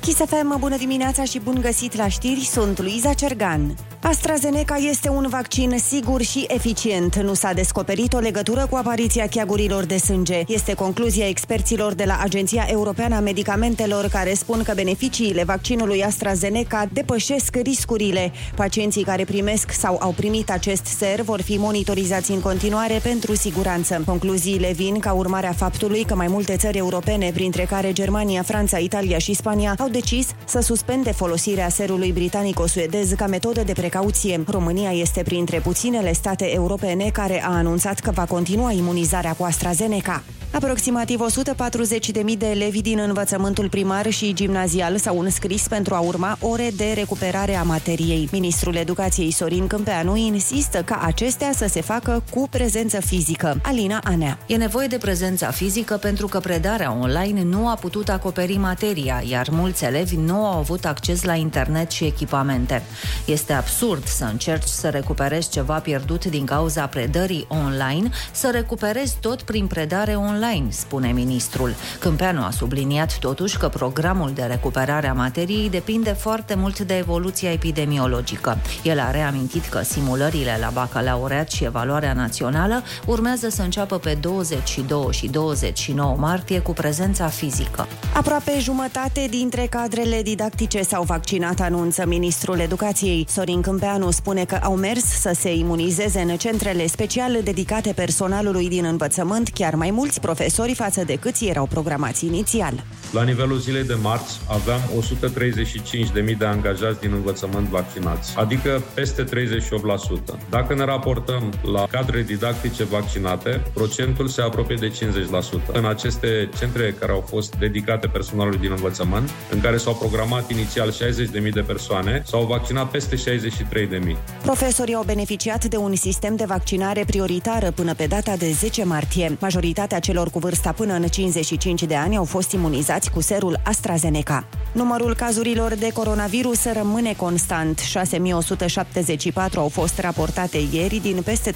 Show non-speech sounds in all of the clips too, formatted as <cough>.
Chisafem, bună dimineața și bun găsit la știri, sunt Luiza Cergan. AstraZeneca este un vaccin sigur și eficient. Nu s-a descoperit o legătură cu apariția cheagurilor de sânge. Este concluzia experților de la Agenția Europeană a Medicamentelor care spun că beneficiile vaccinului AstraZeneca depășesc riscurile. Pacienții care primesc sau au primit acest ser vor fi monitorizați în continuare pentru siguranță. Concluziile vin ca urmare a faptului că mai multe țări europene, printre care Germania, Franța, Italia și Spania, au decis să suspende folosirea serului britanico-suedez ca metodă de precauție. România este printre puținele state europene care a anunțat că va continua imunizarea cu AstraZeneca. Aproximativ 140.000 de elevi din învățământul primar și gimnazial s-au înscris pentru a urma ore de recuperare a materiei. Ministrul Educației Sorin Câmpeanu insistă ca acestea să se facă cu prezență fizică. Alina Anea. E nevoie de prezența fizică pentru că predarea online nu a putut acoperi materia, iar mulți elevi nu au avut acces la internet și echipamente. Este absurd să încerci să recuperezi ceva pierdut din cauza predării online, să recuperezi tot prin predare online, spune ministrul. Câmpeanu a subliniat totuși că programul de recuperare a materiei depinde foarte mult de evoluția epidemiologică. El a reamintit că simulările la bacalaureat și evaluarea națională urmează să înceapă pe 22 și 29 martie cu prezența fizică. Aproape jumătate dintre cadrele didactice s-au vaccinat, anunță ministrul educației. Sorin Câmpeanu spune că au mers să se imunizeze în centrele special dedicate personalului din învățământ, chiar mai mulți profesori față de câți erau programați inițial. La nivelul zilei de marți aveam 135.000 de angajați din învățământ vaccinați, adică peste 38%. Dacă ne raportăm la cadre didactice vaccinate, procentul se apropie de 50%. În aceste centre care au fost dedicate personalului din învățământ, în care s-au programat inițial 60.000 de persoane, s-au vaccinat peste 63.000. Profesorii au beneficiat de un sistem de vaccinare prioritară până pe data de 10 martie. Majoritatea celor cu vârsta până în 55 de ani au fost imunizați cu serul AstraZeneca. Numărul cazurilor de coronavirus rămâne constant. 6174 au fost raportate ieri din peste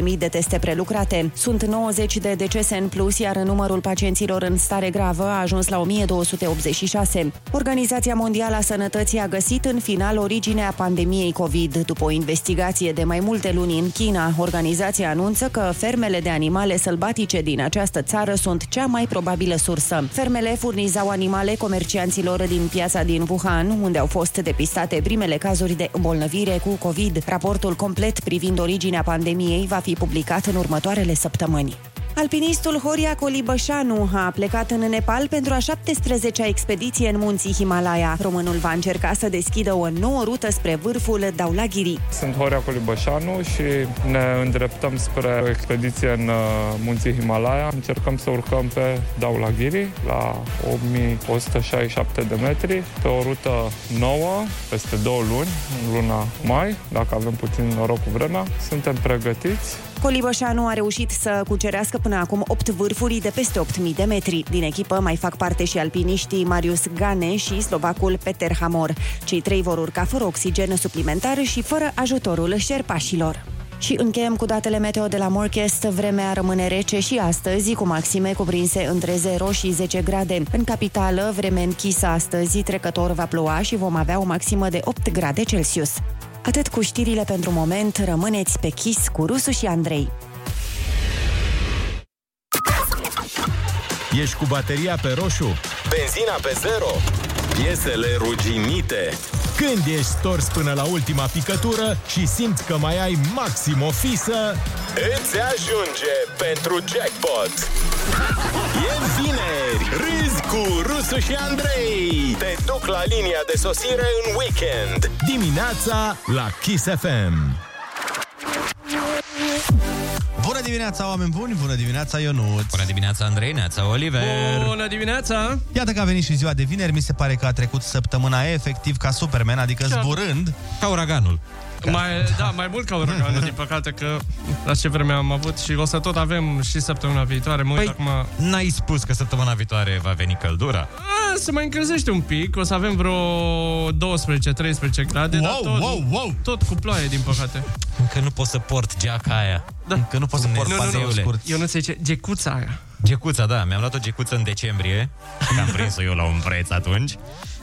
38.000 de teste prelucrate. Sunt 90 de decese în plus, iar numărul pacienților în stare gravă a ajuns la 1286. Organizația Mondială a Sănătății a găsit în final originea pandemiei COVID. După o investigație de mai multe luni în China, organizația anunță că fermele de animale sălbatice din această țară sunt cea mai probabilă sursă. Fermele furnizau animale comercianților din piața din Wuhan, unde au fost depistate primele cazuri de îmbolnăvire cu COVID. Raportul complet privind originea pandemiei va fi publicat în următoarele săptămâni. Alpinistul Horia Colibășanu a plecat în Nepal pentru a 17-a expediție în munții Himalaya. Românul va încerca să deschidă o nouă rută spre vârful Daulagiri. Sunt Horia Colibășanu și ne îndreptăm spre o expediție în uh, munții Himalaya. Încercăm să urcăm pe Daulagiri la 8167 de metri pe o rută nouă peste două luni, în luna mai, dacă avem puțin noroc cu vremea. Suntem pregătiți Colibășanu a reușit să cucerească până acum 8 vârfuri de peste 8.000 de metri. Din echipă mai fac parte și alpiniștii Marius Gane și slovacul Peter Hamor. Cei trei vor urca fără oxigen suplimentar și fără ajutorul șerpașilor. Și încheiem cu datele meteo de la Morchest. Vremea rămâne rece și astăzi, cu maxime cuprinse între 0 și 10 grade. În capitală, vreme închisă astăzi, trecător va ploua și vom avea o maximă de 8 grade Celsius. Atât cu știrile pentru moment, rămâneți pe chis cu Rusu și Andrei. Ești cu bateria pe roșu? Benzina pe zero? Piesele ruginite? Când ești stors până la ultima picătură și simți că mai ai maxim o fisă, Îți ajunge pentru jackpot! E vineri! Râzi cu Rusu și Andrei! Te duc la linia de sosire în weekend! dimineața la Kiss FM. Bună dimineața, oameni buni! Bună dimineața, Ionut! Bună dimineața, Andrei, neața, Oliver! Bună dimineața! Iată că a venit și ziua de vineri, mi se pare că a trecut săptămâna efectiv ca Superman, adică zburând. Ca uraganul. podcast. Mai, da, mai mult ca uraganul, <laughs> din păcate, că la ce vreme am avut și o să tot avem și săptămâna viitoare. Mă uit acum... A, Păi, N-ai spus că săptămâna viitoare va veni căldura. se mai încălzește un pic, o să avem vreo 12-13 grade, wow, dar tot, wow, wow. tot cu ploaie, din păcate. Că nu pot să port geaca aia. Da. Că nu pot să port Dumnezeule. pantofi scurți. Eu nu se zice, gecuța aia. Gecuța, da, mi-am luat o gecuță în decembrie, că am prins-o eu la un preț atunci,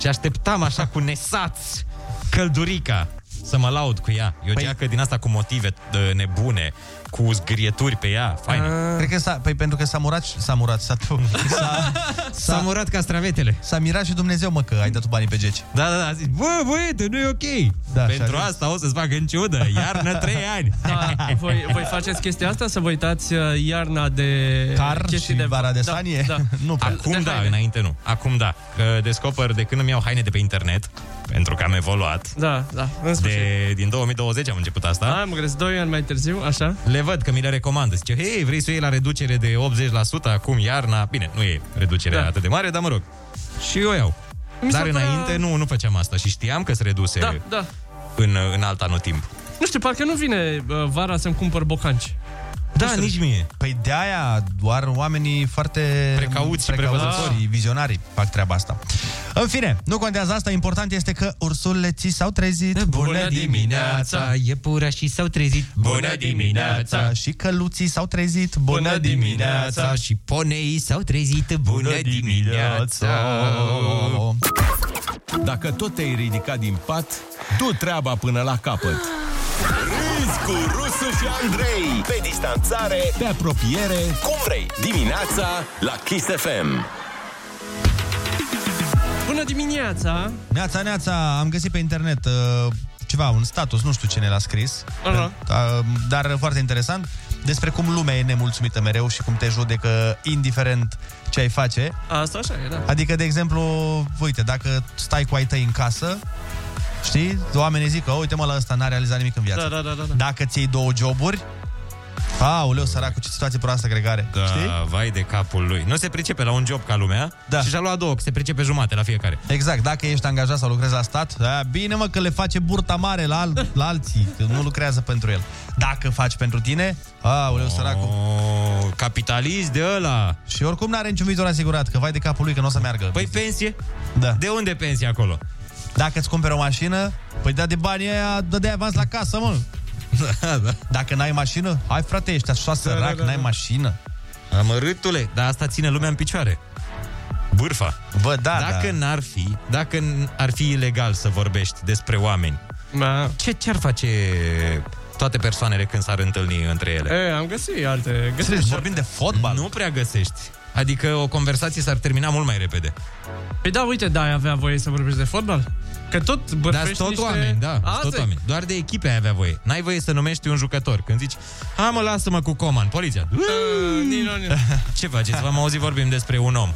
și așteptam așa cu nesați căldurica să mă laud cu ea. E o păi... geacă din asta cu motive uh, nebune, cu zgrieturi pe ea, faină. Ah. Cred că s-a, păi pentru că s-a murat, și- s-a murat, s-a, <laughs> s-a, S-a murat castravetele. s-a mirat și Dumnezeu, mă, că ai dat tu banii pe geci. Da, da, da, a zis, bă, băiete, nu e ok. Da, Da, și pentru a zis- asta o să-ți fac în <laughs> ciudă, iarnă <laughs> trei ani. Da, voi, voi faceți chestia asta să vă uitați uh, iarna de Car chestii și de vara de sanie? Da, Nu prea. Acum De da, haine. înainte nu. Acum da. Că descoper de când îmi iau haine de pe internet, pentru că am evoluat. da, da, în sfârșit. De... De, din 2020 am început asta. Da, mă gândesc 2 ani mai târziu, așa. Le văd că mi le recomandă. Zice, hei, vrei să o iei la reducere de 80% acum iarna? Bine, nu e reducerea Da. da. atât de mare, dar mă rog. Și eu iau. Mi s-a Dar părea- înainte nu, nu făceam asta și știam că se reduse Da, da. da. în, în alt anotimp. Nu știu, parcă nu vine uh, vara să-mi cumpăr bocanci. Da, nici mie. Păi de aia doar oamenii foarte Precauți și precauți, vizionari fac treaba asta. În fine, nu contează asta, important este că ursuleții s-au trezit. dimineața, iepurașii s-au trezit. Bună dimineața! Și căluții s-au trezit. Bună Bună dimineața! Și poneii s-au trezit. Bună dimineața! Dacă tot te-ai ridicat din pat, du treaba până la capăt. Râzi cu Rusu și Andrei Pe distanțare, Pe apropiere, cum vrei Dimineața la Kiss FM Bună dimineața! Neața, neața, am găsit pe internet uh, ceva, un status, nu știu cine l-a scris, Aha. uh, dar foarte interesant, despre cum lumea e nemulțumită mereu și cum te judecă indiferent ce ai face. Asta așa e, da. Adică, de exemplu, uite, dacă stai cu ai tăi în casă, știi, oamenii zic că, "Oh, uite mă, la ăsta n-a realizat nimic în viață. Da, da, da, da. da. Dacă ți iei două joburi, aoleu, săracul, ce situație proastă gregare, Da, știi? vai de capul lui. Nu se pricepe la un job ca lumea Da. da. și și-a luat două, că se pricepe jumate la Da, fiecare. Exact, dacă ești angajat sau lucrezi la stat, da, bine mă că le face burta mare la, al, la alții, că nu lucrează pentru el. Dacă faci pentru tine, aoleu, săracul. O, Oh, capitalist de ăla. Și oricum n-are niciun viitor asigurat, că vai de capul lui că nu o să meargă. Păi pensie? da. De unde pensie acolo? Dacă îți cumperi o mașină, păi da de banii aia, dă de avans la casă, <laughs> mă. Da, Dacă n-ai mașină, hai frate, ești așa sărac, da, da, n-ai da. mașină. Amărâtule, dar asta ține lumea în picioare. Bârfa. Bă, da, Dacă da. n-ar fi, dacă n- ar fi ilegal să vorbești despre oameni, Ma. ce ce-ar face toate persoanele când s-ar întâlni între ele? E, am găsit alte... Găsit. Serios, vorbim de fotbal? Nu prea găsești. Adică o conversație s-ar termina mult mai repede. Păi da, uite, da, avea voie să vorbești de fotbal. Că tot Dar bărfești sunt tot niște... oameni, da, Asta sunt tot e. oameni. Doar de echipe ai avea voie. N-ai voie să numești un jucător. Când zici, hai mă, lasă-mă cu Coman, poliția. Uh, Nino, Nino. <laughs> Ce faceți? V-am auzit vorbim despre un om.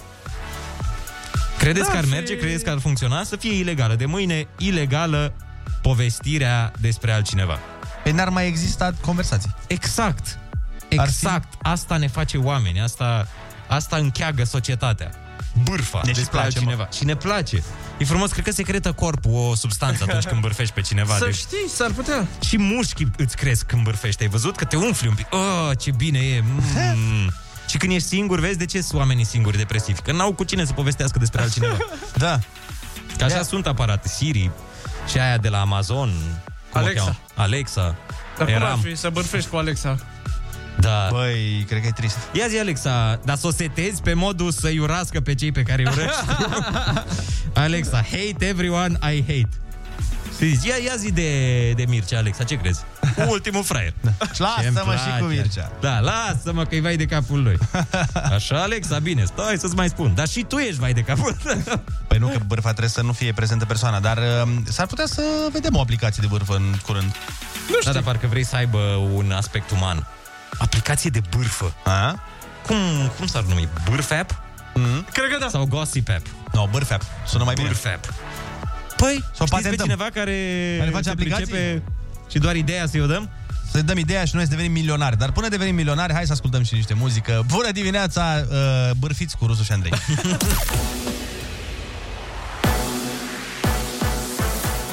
Credeți Da, că ar fi- merge? Credeți că ar funcționa? Să fie ilegală. De mâine, ilegală povestirea despre altcineva. Păi n-ar mai exista conversații. Exact. Ar Exact. Asta ne face oameni. Asta, asta încheagă societatea. Bârfa Ne despre și Deci place, altcineva. Și ne place. E frumos, cred că secretă corpul o substanță atunci când bârfești pe cineva. Să Deci știi, s-ar putea. și mușchii îți cresc când bârfești. Ai văzut că te umfli un pic. Oh, ce bine e. Mm. <laughs> Și când ești singur, vezi de ce sunt oamenii singuri depresivi. Că n-au cu cine să povestească despre <laughs> altcineva. Da. Că așa Da. sunt aparate. Siri și aia de la Amazon. Cum o Alexa. cheamă? Alexa. Dar cum ar Eram. fi să bărfești cu Alexa? Da. Băi, cred că e trist. Ia zi, Alexa, dar să o setezi pe modul să-i urască pe cei pe care îi urăști. <laughs> Alexa, hate everyone I hate. Și zici, ia, ia zi de, de Mircea, Alexa, ce crezi? <laughs> Ultimul fraier. Ce-mi Lasă-mă și place. cu Mircea. Da, lasă-mă că-i vai de capul lui. Așa, Alexa, bine, stai să-ți mai spun. Dar și tu ești vai de capul. <laughs> Păi nu că bârfa trebuie să nu fie prezentă persoana, dar um, s-ar putea să vedem o aplicație de bârfă în curând. da, dar parcă vrei să aibă un aspect uman. Aplicație de bârfă. A? Mm-hmm. Cum, cum s-ar numi? Bârf app? Cred că da. Sau gossip app? No, bârfea. Sună mai bine. Bârfep. Păi, Să o știți pe patentăm. cineva care, Care face aplicații? și doar ideea să-i o dăm? Să dăm ideea și noi să devenim milionari. Dar până devenim milionari, hai să ascultăm și niște muzică. Bună dimineața, uh, bârfiți cu Rusu și <laughs> Andrei.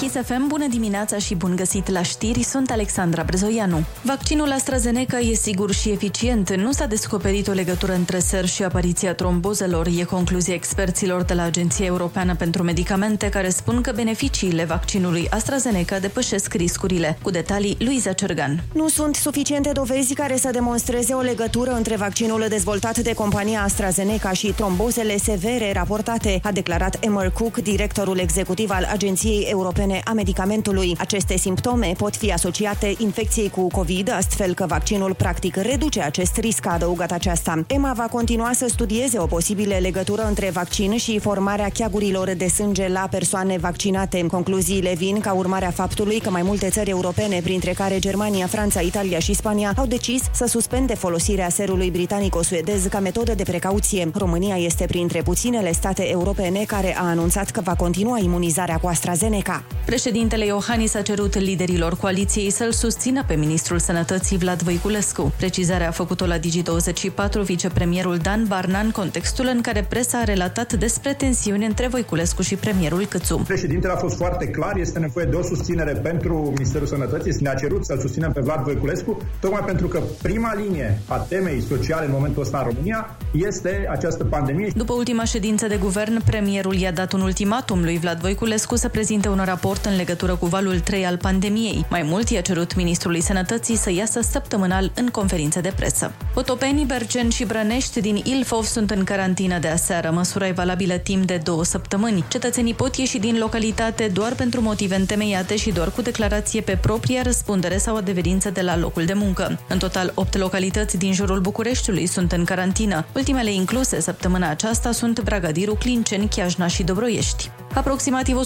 Kiss Kiss FM, bună dimineața și bun găsit la știri, sunt Alexandra Brezoianu. Vaccinul AstraZeneca e sigur și eficient. Nu s-a descoperit o legătură între ser și apariția trombozelor, e concluzia experților de la Agenția Europeană pentru Medicamente, care spun că beneficiile vaccinului AstraZeneca depășesc riscurile. Cu detalii, Luiza Cergan. Nu sunt suficiente dovezi care să demonstreze o legătură între vaccinul dezvoltat de compania AstraZeneca și trombozele severe raportate, a declarat Emmer Cook, directorul executiv al Agenției Europene a Medicamentului. Aceste simptome pot fi asociate infecției cu COVID, astfel că vaccinul practic reduce acest risc, a adăugat aceasta. EMA va continua să studieze o posibilă legătură între vaccin și formarea cheagurilor de sânge la persoane vaccinate. Concluziile vin ca urmare a faptului că mai multe țări europene, printre care Germania, Franța, Italia și Spania, au decis să suspende folosirea serului britanico-suedez ca metodă de precauție. România este printre puținele state europene care a anunțat că va continua imunizarea cu AstraZeneca. Președintele Iohannis a cerut liderilor coaliției să-l susțină pe ministrul sănătății Vlad Voiculescu. Precizarea a făcut-o la Digi24 vicepremierul Dan Barna în contextul în care presa a relatat despre tensiuni între Voiculescu și premierul Câțu. Președintele a fost foarte clar, este nevoie de o susținere pentru Ministerul Sănătății. Ne-a cerut să-l susținem pe Vlad Voiculescu, tocmai pentru că prima linie a temei sociale în momentul ăsta în România este această pandemie. După ultima ședință de guvern, premierul i-a dat un ultimatum lui Vlad Voiculescu să prezinte un raport în legătură cu valul 3 al pandemiei. Mai mult i-a cerut ministrului sănătății să iasă săptămânal în conferințe de presă. Otopenii, Bergen și Brănești din Ilfov sunt în carantină de aseară. Măsura e valabilă timp de două săptămâni. Cetățenii pot ieși din localitate doar pentru motive întemeiate și doar cu declarație pe propria răspundere sau adeverință de la locul de muncă. În total, 8 localități din jurul Bucureștiului sunt în carantină. Ultimele incluse săptămâna aceasta sunt Bragadiru, Clinceni, Chiajna și Dobroiești. Aproximativ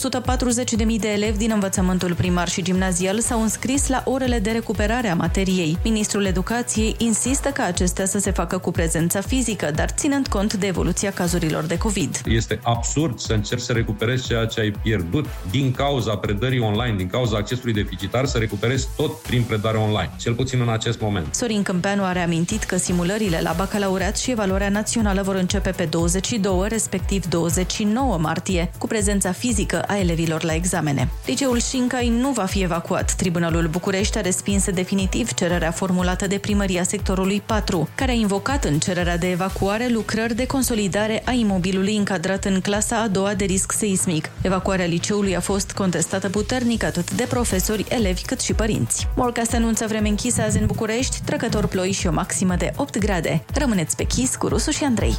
140.000 de elevi din învățământul primar și gimnazial s-au înscris la orele de recuperare a materiei. Ministrul Educației insistă ca acestea să se facă cu prezența fizică, dar ținând cont de evoluția cazurilor de COVID. Este absurd să încerci să recuperezi ceea ce ai pierdut din cauza predării online, din cauza accesului deficitar, să recuperezi tot prin predare online, cel puțin în acest moment. Sorin Câmpeanu a reamintit că simulările la bacalaureat și evaluarea națională vor începe pe 22, respectiv 29 martie, cu prezența fizică a elevilor la examene. Liceul Șincai nu va fi evacuat. Tribunalul București a respins definitiv cererea formulată de primăria sectorului 4, care a invocat în cererea de evacuare lucrări de consolidare a imobilului încadrat în clasa a doua de risc seismic. Evacuarea liceului a fost contestată puternic atât de profesori, elevi cât și părinți. Morca se anunță vreme închisă azi în București, trăcător ploi și o maximă de 8 grade. Rămâneți pe chis cu Rusu și Andrei.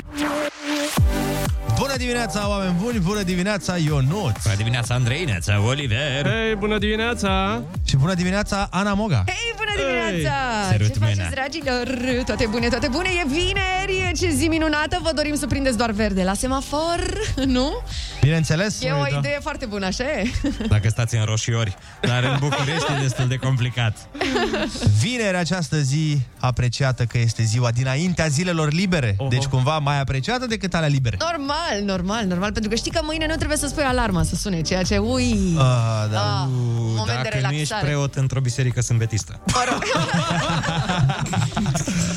Bună dimineața, oameni buni! Bună dimineața, Ionut! Bună dimineața, Andrei, neața, Oliver! Hei, bună dimineața! Și bună dimineața, Ana Moga! Hei, bună dimineața! Se Ce râd mâna. faceți, dragilor? Toate bune, toate bune! E vineri! e Ce zi minunată! Vă dorim să prindeți doar verde la semafor, <laughs> nu? Bineînțeles? E o idee foarte bună, așa e? <laughs> Dacă stați în roșiori, dar în București e destul de complicat. Vineri această zi apreciată că este ziua dinaintea zilelor libere. Oho. Deci cumva mai apreciată decât alea libere. Normal, normal, normal, pentru că știi că mâine nu trebuie să spui alarma să sune, ceea ce, ui... Ah, da. Ah, moment de uh, Dacă nu ești relaxare. preot într-o biserică sâmbetistă, Mă rog.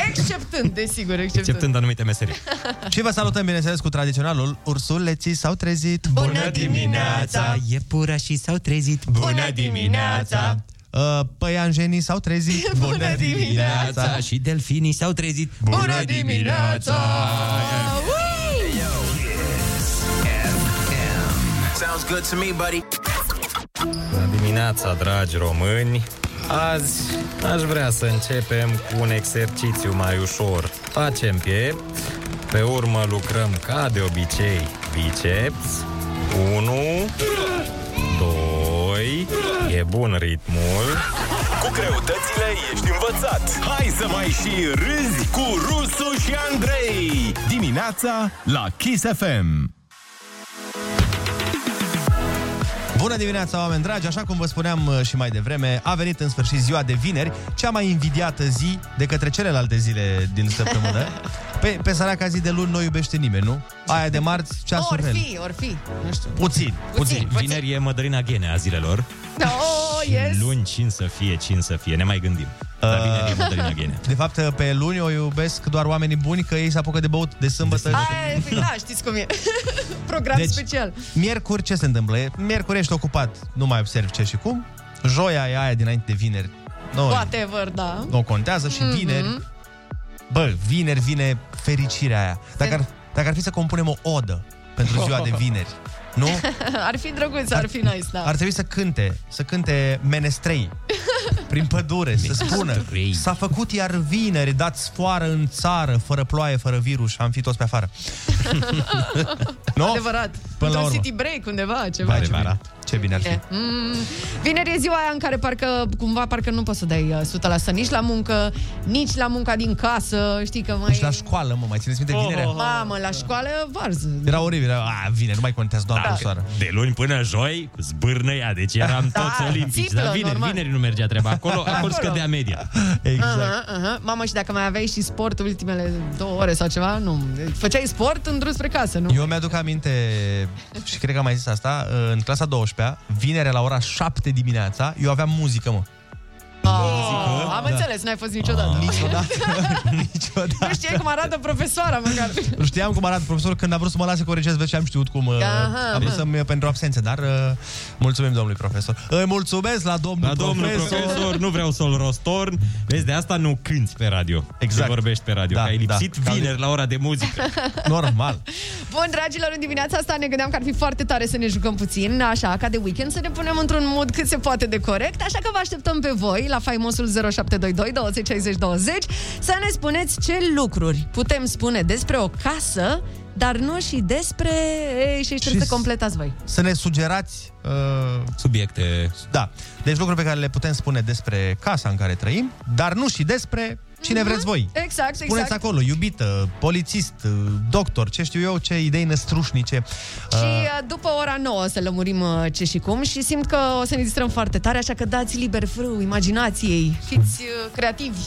exceptând, desigur, exceptând. exceptând anumite meserii. <laughs> Și vă salutăm, bineînțeles, cu tradiționalul Ursuleții s-au trezit. Bună dimineața! Iepurașii s-au trezit. Bună dimineața! Uh, Păianjenii s-au trezit. <laughs> Bună dimineața! Și delfinii s-au trezit. Bună dimineața! Ui! Sounds good to me, buddy. Bună dimineața, dragi români! Azi aș vrea să începem cu un exercițiu mai ușor. Facem piept, pe urmă lucrăm ca de obicei biceps. 1, 2, e bun ritmul. Cu greutățile ești învățat. Hai să mai și râzi cu Rusu și Andrei. Dimineața la Kiss FM. Bună dimineața, oameni dragi! Așa cum vă spuneam uh, și mai devreme, a venit în sfârșit ziua de vineri, cea mai invidiată zi de către celelalte zile din <laughs> săptămână. Pe, pe săraca zi de luni nu o iubește nimeni, nu? Aia de marți, ceasul Or fel. fi, or fi. Nu știu. Puțin. Puțin. Vineri e Mădălina Ghene a zilelor. Oh, yes. Luni, cin să fie, cin să fie. Ne mai gândim. Dar vineri e Mădălina Ghene. De fapt, uh, pe luni o iubesc doar oamenii buni, că ei se apucă de băut de sâmbătă. Aia, e- da, știți cum e. <laughs> Program Deci- special. Miercuri ce se întâmplă? E- Miercuri ești ocupat, nu mai observi ce și cum. Joia e aia dinainte de vineri. Nu, Whatever, da. nu contează și vineri. Mhm. Bă, vineri vine fericirea aia. Dacă ar, dacă ar fi să compunem o odă pentru ziua de vineri, nu? <laughs> ar fi drăguț, ar fi nice, da. Ar trebui să cânte, să cânte <laughs> menestrei prin pădure, să spună S-a făcut iar vineri, dați foară în țară, fără ploaie, fără virus și am fi toți pe <laughs> afară. Nu? Adevărat. Până la Într-un urmă. city break undeva, ceva. Vai, ce bine. ce bine ar fi. Mm, vineri e ziua aia în care parcă, cumva, parcă nu poți să dai uh, 100% nici la muncă, nici la munca din casă, știi că mai... Și Deci la școală, mă, mai țineți Oh, minte vinerea? Mamă, la școală varză. Era oribil, era, a, vineri, nu mai contează doar da. soară. De luni până joi, zbârnă ea, deci eram Da, toți olimpici. țiplă, Dar vineri, normal. vineri nu mergea treaba. Acolo, acolo, Acolo. scădea media. Exact. Aha, aha. Mamă, și dacă mai aveai și sport ultimele două ore sau ceva, nu. Făceai sport în drum spre casă, nu? Eu mi-aduc aminte, și cred că am mai zis asta, în clasa 12-a, vinerea la ora 7 dimineața, eu aveam muzică, <laughs> mă. Oh, am da. înțeles, n-ai fost niciodată. Niciodată. <laughs> Nu știai cum arată profesoara, măcar. Știam cum arată profesorul când a vrut să mă lase corecez, vezi, și am știut cum Aha, Aha, am vrut aha. să-mi pentru absențe, dar uh, mulțumim domnului profesor. Îi mulțumesc la domnul, La domnul profesor, nu vreau să-l rostorn. Vezi, de asta nu cânti pe radio. Exact. vorbești pe radio. Da, că ai lipsit da. vineri la ora de muzică. <laughs> Normal. Bun, dragilor, în dimineața asta ne gândeam că ar fi foarte tare să ne jucăm puțin, așa, ca de weekend, să ne punem într-un mod cât se poate de corect, așa că vă așteptăm pe voi la faimosul 0722 20 60 20 să ne spuneți ce lucruri putem spune despre o casă, dar nu și despre... Ei, și aici trebuie să completați voi. Să ne sugerați uh, subiecte. Da. Deci lucruri pe care le putem spune despre casa în care trăim, dar nu și despre cine Mhm. vreți voi. Exact, Spuneți exact. acolo, iubită, polițist, uh, doctor, ce știu eu, ce idei năstrușnice. Ah. Și uh, după ora 9 o să lămurim uh, ce și cum și simt că o să ne distrăm foarte tare, așa că dați liber frâu imaginației, fiți uh, creativi.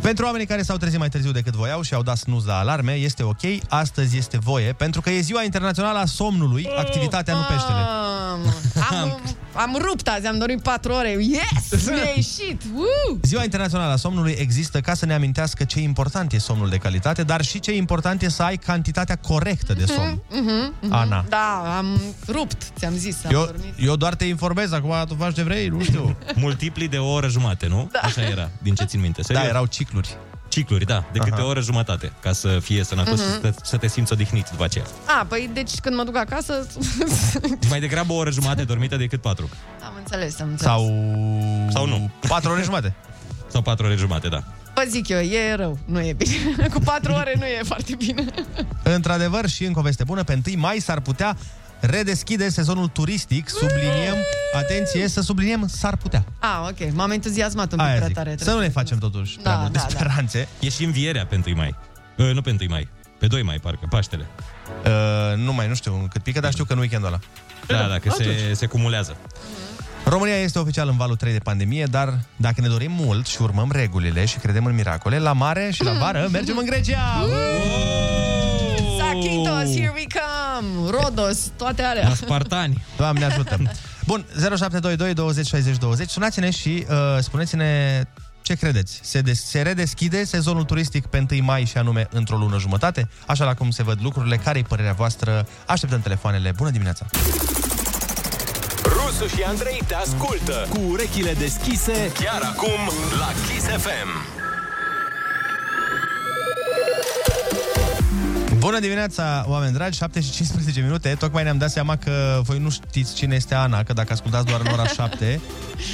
Pentru oamenii care s-au trezit mai târziu decât voiau și au dat snuz la alarme, este ok, astăzi este voie, pentru că e ziua internațională a somnului, Păi, Mm. activitatea Ah. nu peștele. Mamă, Oh, <laughs> Am, am rupt azi, am dorit patru ore. Yes! Mi-a ieșit! Woo! Ziua Internațională a Somnului există ca să ne amintească ce important e somnul de calitate, dar și ce important e să ai cantitatea corectă de somn. Mhm, mhm. Ana. Da, am rupt, ți-am zis. Am Eu, dormit. eu doar te informez, acum tu faci de vrei, nu știu. Multipli de o oră jumate, nu? Da. Așa era, din ce țin minte. Serios? Da, erau cicluri. Cicluri, da, de câte Aha. o oră jumătate, ca să fie sănătos Mhm. mm-hmm. să, te, să te simți odihnit după <laughs> aceea. A, păi deci când mă duc acasă, <laughs> Mai degrabă o oră jumate dormită decât patru. am înțeles, am înțeles. Sau nu. Patru ore jumate. Sau patru ore jumate, da. Vă zic eu, e rău, nu e bine. <laughs> Cu <laughs> patru ore nu e foarte bine. Într-adevăr, și încă o veste bună, pe 1 mai s-ar putea redeschide sezonul turistic, subliniem, atenție, să subliniem, s-ar putea. A, ok, m-am entuziasmat un pic Aia prea zic. tare. Să nu ne facem totuși prea Da, mult da, de da. speranțe. E și învierea pe 1 mai. Uh, nu pe 1 mai, pe 2 mai, parcă, Paștele. Uh, nu mai, nu știu cât pică, dar știu că în weekendul ăla. Da, da, că se, se cumulează. România este oficial în valul 3 de pandemie, dar dacă ne dorim mult și urmăm regulile și credem în miracole, la mare și la vară mergem în Grecia! Sakitos, here we come! Rodos, toate alea. <laughs> La Spartani. Doamne ajută. Bun, 0722 20 60 20. Sunați-ne și uh, spuneți-ne ce credeți. Se, des- se redeschide sezonul turistic pe 1 mai și anume într-o lună jumătate? Așa la cum se văd lucrurile, care e părerea voastră? Așteptăm telefoanele. Bună dimineața! Rusu și Andrei te ascultă cu urechile deschise chiar acum la Kiss FM. Bună dimineața, oameni dragi, 7 și 15 minute. Tocmai ne-am dat seama că voi nu știți cine este Ana, că dacă ascultați doar în ora <laughs> 7,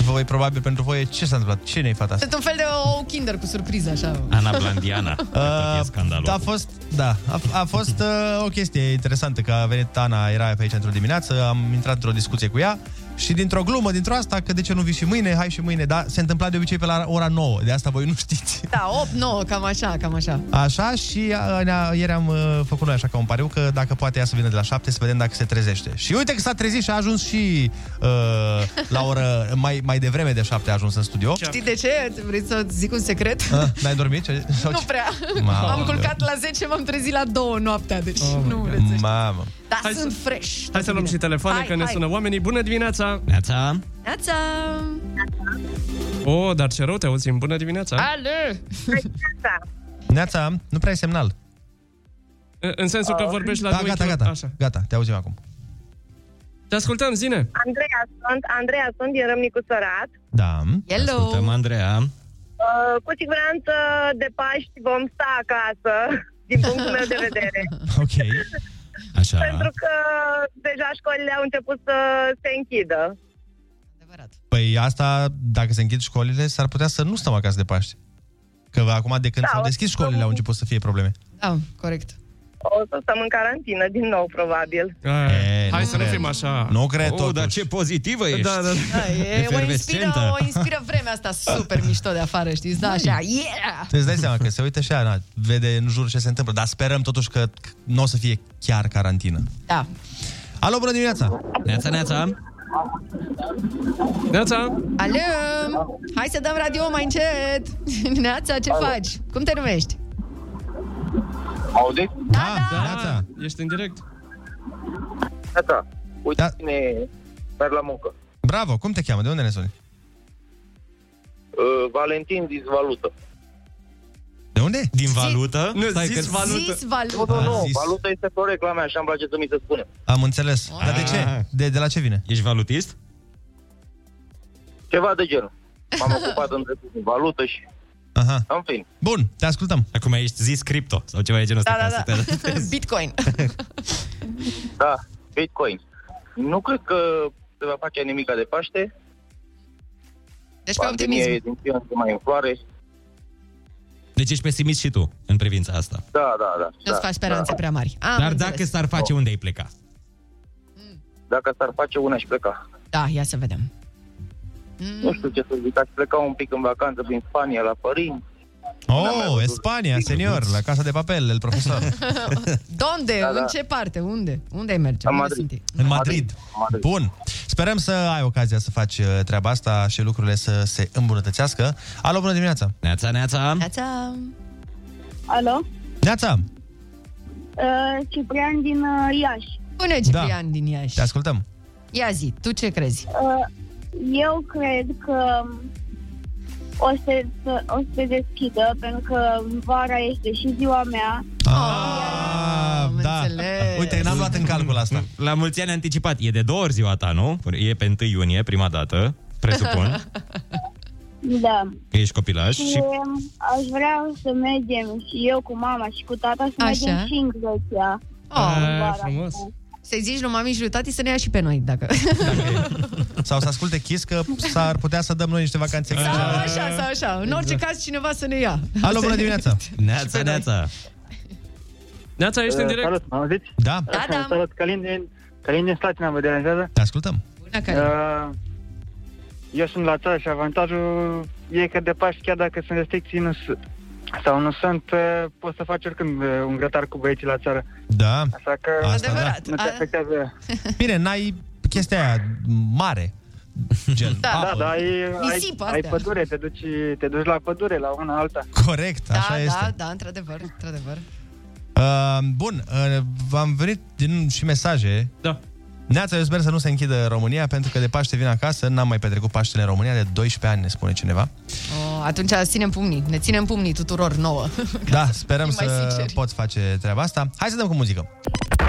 voi probabil pentru voi e, ce s-a întâmplat? Cine e fata asta? Sunt un fel de o kinder cu surpriză, așa. <laughs> Uh, a fost, da, a, a fost uh, o chestie interesantă că a venit Ana, era pe aici într-o dimineață, am intrat într-o discuție cu ea Și dintr-o glumă, dintr-o asta, că de ce nu vii și mâine, hai și mâine, dar se întâmpla de obicei pe la ora 9, de asta voi nu <laughs> știți. Da, 8-9, cam așa, cam așa. Așa și a, ne-a, ieri am uh, făcut noi așa ca un pariu că dacă poate ea să vină de la 7 să vedem dacă se trezește. Și uite că s-a trezit și a ajuns și uh, la oră mai, mai devreme de 7 a ajuns în studio. Știi de ce? Vrei să zic un secret? Ah, N-ai dormit? Ce- Sau <laughs> Nu ce? prea. Mamă. Am culcat la 10, m-am trezit la 2 noaptea, deci nu Mamă. Dar sunt fresh. Oh Hai să luăm și telefoane, Hai, că ne hai. sună oamenii. Bună dimineața! Neața! Neața! Oh, dar ce rău te auzim. Bună dimineața! Ale! Neața, nu prea ai semnal. În sensul că vorbești la da, doi gata, kilo- gata, Așa. gata, te auzim acum. Te ascultăm, zine! Andreea sunt, Andreea sunt din Râmnicu Sărat. Da. Hello. Ascultăm, Andreea. Uh, cu siguranță de Paști vom sta acasă, din punctul meu de <laughs> vedere. Ok. Da. Așa. Pentru că deja școlile au început să se închidă. Păi asta, dacă se închid școlile, s-ar putea să nu stăm acasă de Paște. Că acum, de când Da, s-au o- deschis școlile, au început să fie probleme. Da, corect. O să stăm în carantină din nou, probabil. E, Hai să nu fim așa. Nu cred, oh, dar ce pozitivă ești! Da, da. Da, e, o, inspiră, o inspiră vremea asta super mișto de afară, știți? Da, așa, yeah! Îți dai seama că se uită și aia, na, vede în jur ce se întâmplă, dar sperăm totuși că nu o să fie chiar carantină. Da. Alo, bună dimineața! Neața, neața! Neața! Alo! Hai să dăm radio mai încet! <laughs> Neața, ce faci? Cum te numești? Auzi? Da, da. Neața. Ești în direct? Gata. Uite da. cine e. merg la muncă. Bravo, cum te cheamă? De unde ne suni? Uh, Valentin din Valută. De unde? Din valută? Nu, Stai că- Zis valută. Nu, nu, A, nu, zis. Valută este o reclamă așa, îmi place să mi se spune. Am înțeles. Ah. Dar de ce? De, de la ce vine? Ești valutist? Ceva de genul. M-am ocupat în trecut cu valută și... Aha. În fin. Bun, te ascultăm. Acum ești zis cripto sau ceva de genul Da, ăsta. da, ca da. să te- <laughs> Bitcoin. Da, Bitcoin. Nu cred că se va face nimica de Paște. Deci pe optimism. E din ce în ce mai în floare. Deci ești pesimist și tu în privința asta. Da, da, da. Nu-ți faci speranțe prea mari. Am Dar înțeles. dacă s-ar face, unde ai pleca? Dacă s-ar face una și pleca. Da, ia să vedem. Nu știu ce să zic, aș pleca un pic în vacanță prin Spania, la părinți. Oh, Spania, senior, la Casa de Papel, el <laughs> profesor. Donde? Da, Da, da. da. În ce parte? Unde? Unde ai merge? La Unde Madrid. sunt ei? În Madrid. Madrid. Bun. Sperăm să ai ocazia să faci uh, treaba asta și lucrurile să se îmbunătățească. Alo, bună dimineața! Neața, neața! Neața! Alo, Neața! uh, Ciprian din uh, Iași. Bună, Ciprian da. din Iași. Te ascultăm. Ia zi, tu ce crezi? Uh, eu cred că o să, să, o să se deschidă, pentru că vara este și ziua mea. Ah, da. Uite, n-am luat în calcul asta. La mulți ani anticipat. E de două ori ziua ta, nu? E pe 1 iunie, prima dată, presupun. Da. Ești copilaș Și și... um, aș vrea să mergem și eu cu mama și cu tata să Așa. mergem și în Grecia. Eh, frumos. Oh. Să-i zici lui mami și lui tati să ne ia și pe noi, dacă... Eh, Sau să asculte Kiss că s-ar putea să dăm noi niște vacanțe. Sau <laughs> așa, sau așa. În orice caz, cineva să ne ia. exact. Alo, bună dimineața! Neața, neața! Neața, ești în Uh, direct? Salut, mă auziți? Da. Da, da. Salut, Calin din, Calin din Slatina, vă deranjează? Te ascultăm. Bună, Uh, eu sunt la țară și avantajul e că de Paști, chiar dacă sunt restricții nu s- sau nu sunt, uh, poți să faci oricând uh, un grătar cu băieții la țară. Da. Așa că Asta, da. Adevărat. nu te A- afectează. Bine, n-ai chestia aia mare. Gen, Da, da, apă. da ai, ai, Nisip ai astea. pădure, te duci, te duci la pădure, la una alta. <laughs> Corect, Da, așa da, este. da, într-adevăr, într-adevăr. Uh, bun, uh, v-am venit din și mesaje. Da. Neața, eu sper să nu se închidă România, pentru că de Paște vin acasă, n-am mai petrecut Paștele în România de 12 ani, ne spune cineva. O, Oh, atunci ținem pumnii, ne ținem pumnii tuturor nouă. Da, sperăm fim mai să sinceri. poți face treaba asta. Hai să dăm cu muzică.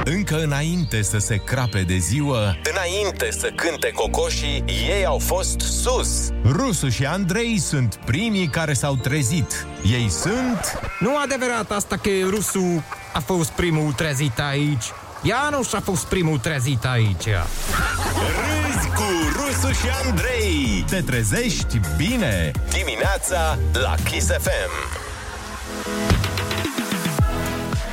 Încă înainte să se crape de ziua, Înainte să cânte cocoșii, ei au fost sus. Rusu și Andrei sunt primii care s-au trezit. Ei sunt... Nu adevărat asta că rusul a fost primul trezit aici. Ea nu și-a fost primul trezit aici. Râzi cu Rusu și Andrei. Te trezești bine. Dimineața la Kiss FM.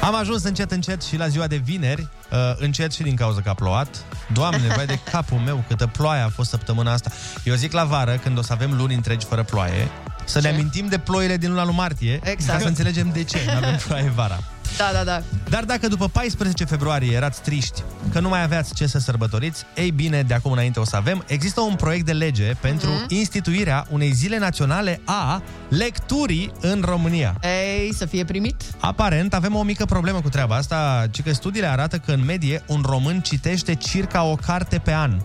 Am ajuns încet, încet și la ziua de vineri, uh, încet și din cauza că a plouat. <laughs> Doamne, vai de capul meu, câtă ploaie a fost săptămâna asta. Eu zic la vară, când o să avem luni întregi fără ploaie, să ne amintim de ploile din luna lui martie, exact. ca să înțelegem de ce nu avem ploaie vara. <laughs> Da, da, da. Dar dacă după 14 februarie erați triști că nu mai aveați ce să sărbătoriți, ei bine, de acum înainte o să avem. Există un proiect de lege pentru Mhm. instituirea unei zile naționale a lecturii în România. Ei, să fie primit? Aparent, avem o mică problemă cu treaba asta, ci că studiile arată că în medie un român citește circa o carte pe an.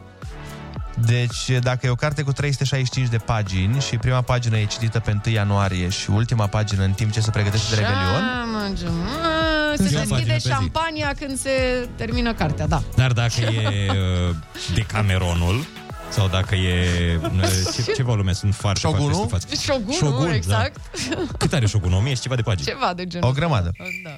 Deci, dacă e o carte cu 365 de pagini și prima pagină e citită pe 1 ianuarie și ultima pagină în timp ce se pregătește de Revelion, Așa, mă, ce- mă, Se Deci, Zi o pagină deschide pe zi. șampania când se termină cartea, da. Dar dacă e uh, Decameronul sau dacă e... uh, Ce, ce volume sunt foarte, Shogunul? foarte stufați. Șogunul, Shogun, da. Deci <laughs> exact. Cât are Shogunul? 1000 și ceva de pagini. Ceva de genul. O grămadă. Da.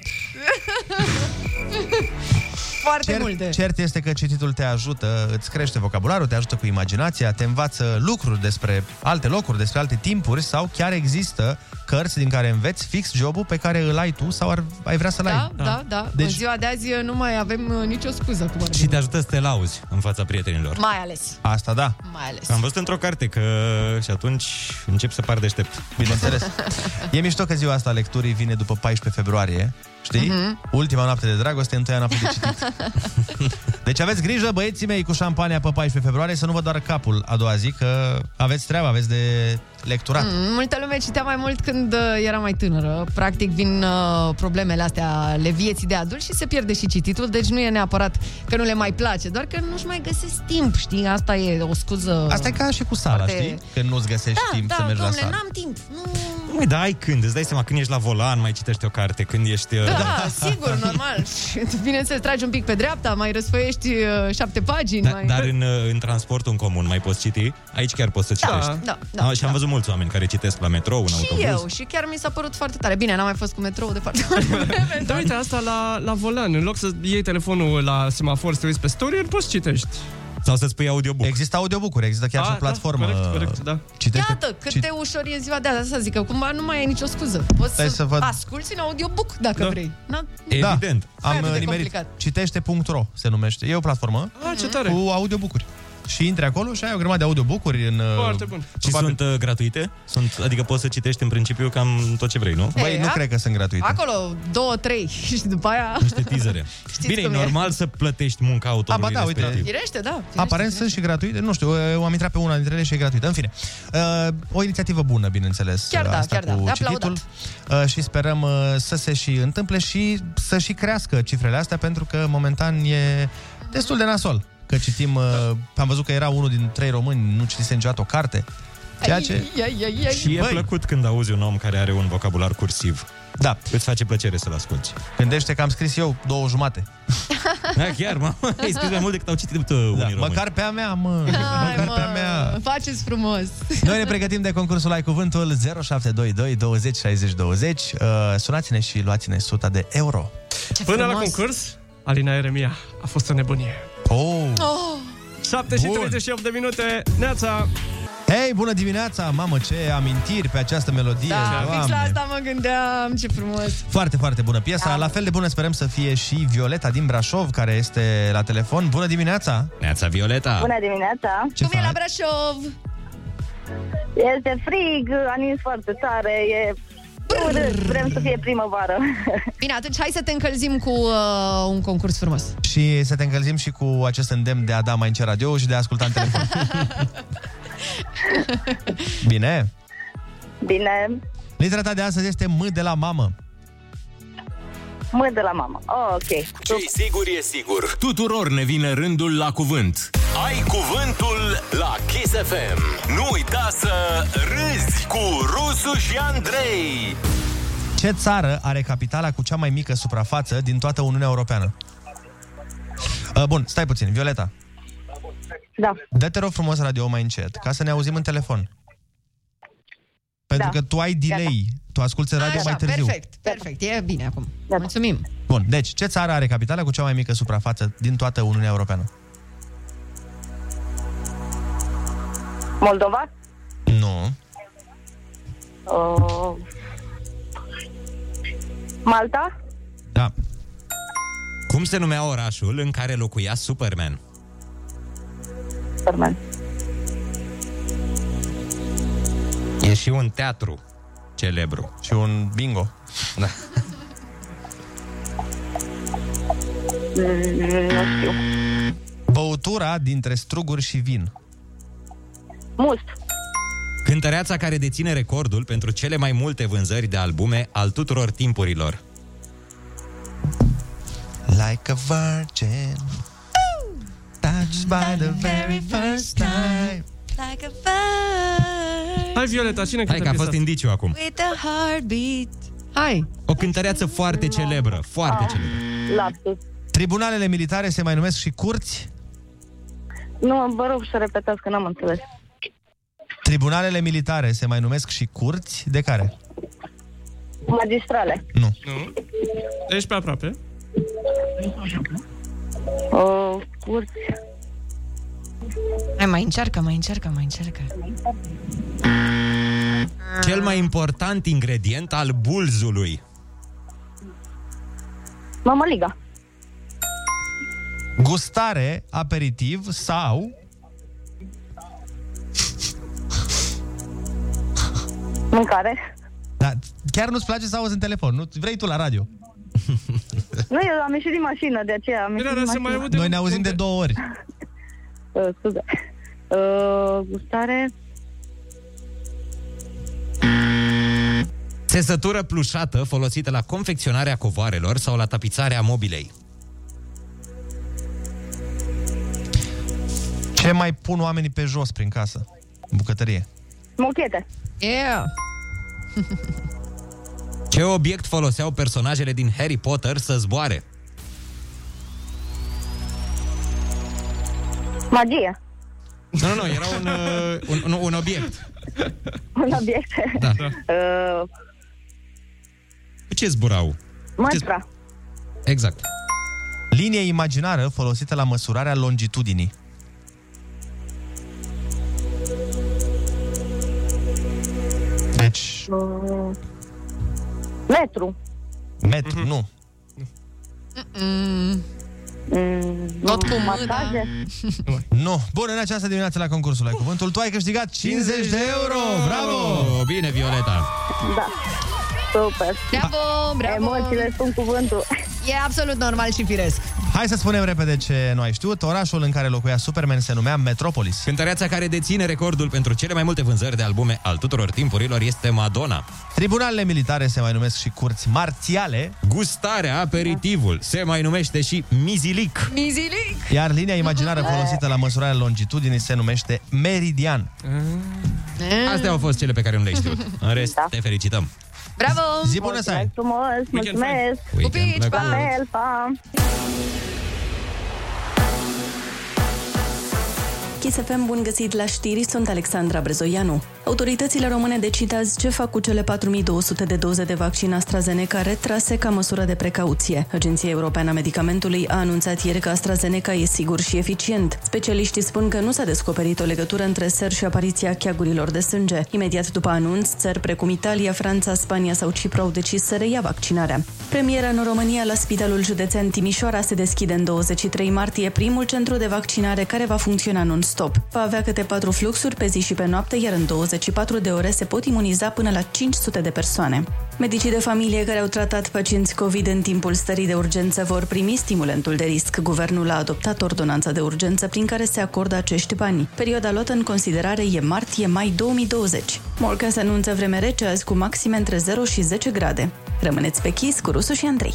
Foarte Cert, multe. cert este că cititul te ajută, îți crește vocabularul, te ajută cu imaginația, te învață lucruri despre alte locuri, despre alte timpuri sau chiar există cărți din care înveți fix jobul pe care îl ai tu sau ar, ai vrea să-l Da, ai. da, da. Deci... În Deci ziua de azi nu mai avem uh, nicio scuză cu Și te ajută să te lauzi în fața prietenilor. Mai ales. Asta da. Mai ales. Am văzut într-o carte că și atunci încep să par deștept. <laughs> Bineînțeles. e mișto că ziua asta a lecturii vine după 14 februarie, știi? Mhm. Ultima noapte de dragoste, întâia noapte <laughs> de citit. deci aveți grijă, băieții mei, cu șampania pe 14 februarie, să nu vă doară capul a doua zi, că aveți treabă, aveți de lecturat. <laughs> Mm, Multă lume citea mai mult când uh, era mai tânără. Practic vin uh, problemele astea ale vieții de adult și se pierde și cititul, deci nu e neapărat că nu le mai place, doar că nu-și mai găsesc timp, știi? Asta e o scuză. Asta e ca și cu sala, Foarte- știi? Că nu-ți găsești Da, timp da, să mergi domnule, la sală. n-am timp. Nu... Măi, da, ai când, îți dai seama, când ești la volan, mai citești o carte, când ești... uh, Da, <laughs> sigur, normal. Bineînțeles, tragi un pic pe dreapta, mai răsfoiești uh, șapte pagini. Da, mai... dar în, uh, în transportul în comun mai poți citi? Aici chiar poți să Da, citești. da, da, Ah, și am da. văzut mulți oameni care citesc la metrou, în și autobuz. eu, și chiar mi s-a părut foarte tare. Bine, n-am mai fost cu metrou de foarte Da, uite, asta la, la volan. În loc să iei telefonul la semafor, să te uiți pe story poți să citești. Sau să-ți pui audiobook. Există audiobook-uri, există chiar și o platformă. Da, corect, corect, da. Citește... Iată, cât de ușor e ziua de azi, asta zic, că cumva nu mai e nicio scuză. Poți Stai să, să văd. asculti în audiobook dacă Da. vrei. Na? Evident. Nu Am uh, e Da. atât de nimerit. complicat. Citește.ro se numește. E o platformă Ah, ce tare. cu audiobook-uri. Și intri acolo și ai o grămadă de audiobook-uri în... Foarte bun. Și sunt uh, gratuite? Sunt, adică poți să citești în principiu cam tot ce vrei, nu? Băi, Ei, nu a- cred că sunt gratuite. Acolo, două, trei <laughs> și după aia... <laughs> Niște teasere. Bine, e cum e. normal să plătești munca autorului A, ba da, uite. respectiv. Firește, da. Aparent sunt și gratuite, nu știu, eu am intrat pe una dintre ele și e gratuită. În fine, uh, o inițiativă bună, bineînțeles, Chiar da, asta chiar da. cu De cititul uh, și sperăm uh, să se și întâmple și să și crească cifrele astea, pentru că momentan e destul de nasol. Că citim, uh, am văzut că era unul din trei români, nu citise niciodată o carte, ceea ce... Ai, ai, ai, ai. Și e plăcut când auzi un om care are un vocabular cursiv. Da. Îți face plăcere să-l asculti. Gândește că am scris eu două jumate. Da, chiar, mă, <laughs> ai scris mai mult decât au citit uh, unii români. Da, Măcar pe a mea, mă! Măcar pe a mea! Faceți frumos. Noi ne pregătim de concursul Ai Cuvântul 0722 20 60 20. Uh, sunați-ne și luați-ne 100 de euro. Ce Până la concurs, Alina Eremia a fost o nebunie. Oh! Oh. 7 și 38 de minute, neața! Hei, bună dimineața! Mamă, ce amintiri pe această melodie! Da, fix la Doamne. asta Da. mă gândeam, ce frumos. Foarte, foarte bună piesa. La fel de bună sperăm să fie și Violeta din Brașov, care este la telefon. Bună dimineața! Neața, Violeta! Bună dimineața! Ce Cum e faci? la Brașov? Este frig, a nins foarte tare, e urât, vrem să fie primăvară. <laughs> Bine, atunci hai să te încălzim cu uh, un concurs frumos. Și să te încălzim și cu acest îndemn de a da mai în ce radio și de a asculta în telefon. <laughs> Bine? Bine, Litera ta de astăzi este M de la mamă. mâini de la mama. Oh, ok. ce sigur e sigur. Tuturor ne vine rândul la cuvânt. Ai cuvântul la Kiss FM. Nu uita să râzi cu Rusu și Andrei. Ce țară are capitala cu cea mai mică suprafață din toată Uniunea Europeană? Uh, Bun, stai puțin, Violeta. Da. Dă-te rog frumos radio mai încet, ca să ne auzim în telefon. Pentru Da. că tu ai delay, tu asculti radio Așa, mai târziu. da, perfect, Da. perfect, e bine acum. Mulțumim. Bun, deci, ce țară are capitala cu cea mai mică suprafață din toată Uniunea Europeană? Moldova? Nu. Uh, Malta? Da. Cum se numea orașul în care locuia Superman? Superman. E și un teatru celebru. Și un bingo. Da. Nu știu. Băutura dintre struguri și vin. Must. Cântăreața care deține recordul pentru cele mai multe vânzări de albume al tuturor timpurilor. Like a virgin Touched by the very first time Like a bird Hai, Violeta, cine Hai că a fost indiciu acum. with a heartbeat. Hai! O cântăreață foarte celebră, foarte celebră. Lapsus. Tribunalele militare se mai numesc și curți. Nu, vă rog să repetați că n-am înțeles. Tribunalele militare se mai numesc și curți de care? <laughs> Magistrale. Nu. Nu? Ești pe aproape. Uh, curți. Hai, mai încearcă, mai încearcă, mai încearcă. Cel mai important ingredient al bulzului. Mămăliga. Gustare, aperitiv sau... Mâncare. Da, chiar nu-ți place să auzi în telefon, nu? Vrei tu la radio. Nu, eu am ieșit din mașină, de aceea am ieșit din mașină. Noi ne auzim de două ori. Uh, scuze. Uh, gustare. Țesătură plușată folosită la confecționarea covoarelor sau la tapizarea mobilei. Ce mai pun oamenii pe jos prin casă? În bucătărie. Mochete. Yeah. Ce obiect foloseau personajele din Harry Potter să zboare? Magie. Nu, nu, nu, era un, uh, un, un, un obiect. <laughs> Un obiect. Da. Uh, Cu ce zburau? mantra. Exact. Linie imaginară folosită la măsurarea longitudinii. Deci, Uh, metru. metru, nu. Mm. Mm, Tot cu mâna. masaje. Nu. Bun, în această dimineață la concursul Ai Cuvântul, tu ai câștigat 50 de euro! Bravo! Oh, bine, Violeta! Da. Super. Bravo, bravo! Emoțiile sunt cuvântul. E absolut normal și firesc. Hai să spunem repede ce nu ai știut. Orașul în care locuia Superman se numea Metropolis. Cântăreața care deține recordul pentru cele mai multe vânzări de albume al tuturor timpurilor este Madonna. Tribunalele militare se mai numesc și curți marțiale, Gustarea, aperitivul, se mai numește și mizilic. Mizilic! iar linia imaginară folosită la măsurarea longitudinii se numește meridian. Mm. Astea au fost cele pe care nu le-ai știut. În rest, da. te felicităm. Bravo! Zi bună să ai! Frumos, mulțumesc. Weekend plăcut. Pupici, pa! Fel, pa. Chisefem, bun găsit la știri, sunt Alexandra Brezoianu. Autoritățile române decid azi ce fac cu cele 4200 de doze de vaccin AstraZeneca retrase ca măsură de precauție. Agenția Europeană a Medicamentului a anunțat ieri că AstraZeneca e sigur și eficient. Specialiștii spun că nu s-a descoperit o legătură între ser și apariția cheagurilor de sânge. Imediat după anunț, țări precum Italia, Franța, Spania sau Cipru au decis să reia vaccinarea. Premiera în România la Spitalul Județean Timișoara se deschide în 23 martie primul centru de vaccinare care va funcționa non-stop. Va avea câte patru fluxuri pe zi și pe noapte, iar în 24 de ore se pot imuniza până la 500 de persoane. Medicii de familie care au tratat pacienți COVID în timpul stării de urgență vor primi stimulentul de risc. Guvernul a adoptat ordonanța de urgență prin care se acordă acești bani. Perioada luată în considerare e martie-mai 2020. Morca se anunță vreme rece azi cu maxime între 0 și 10 grade. Rămâneți pe chis cu Rusu și Andrei.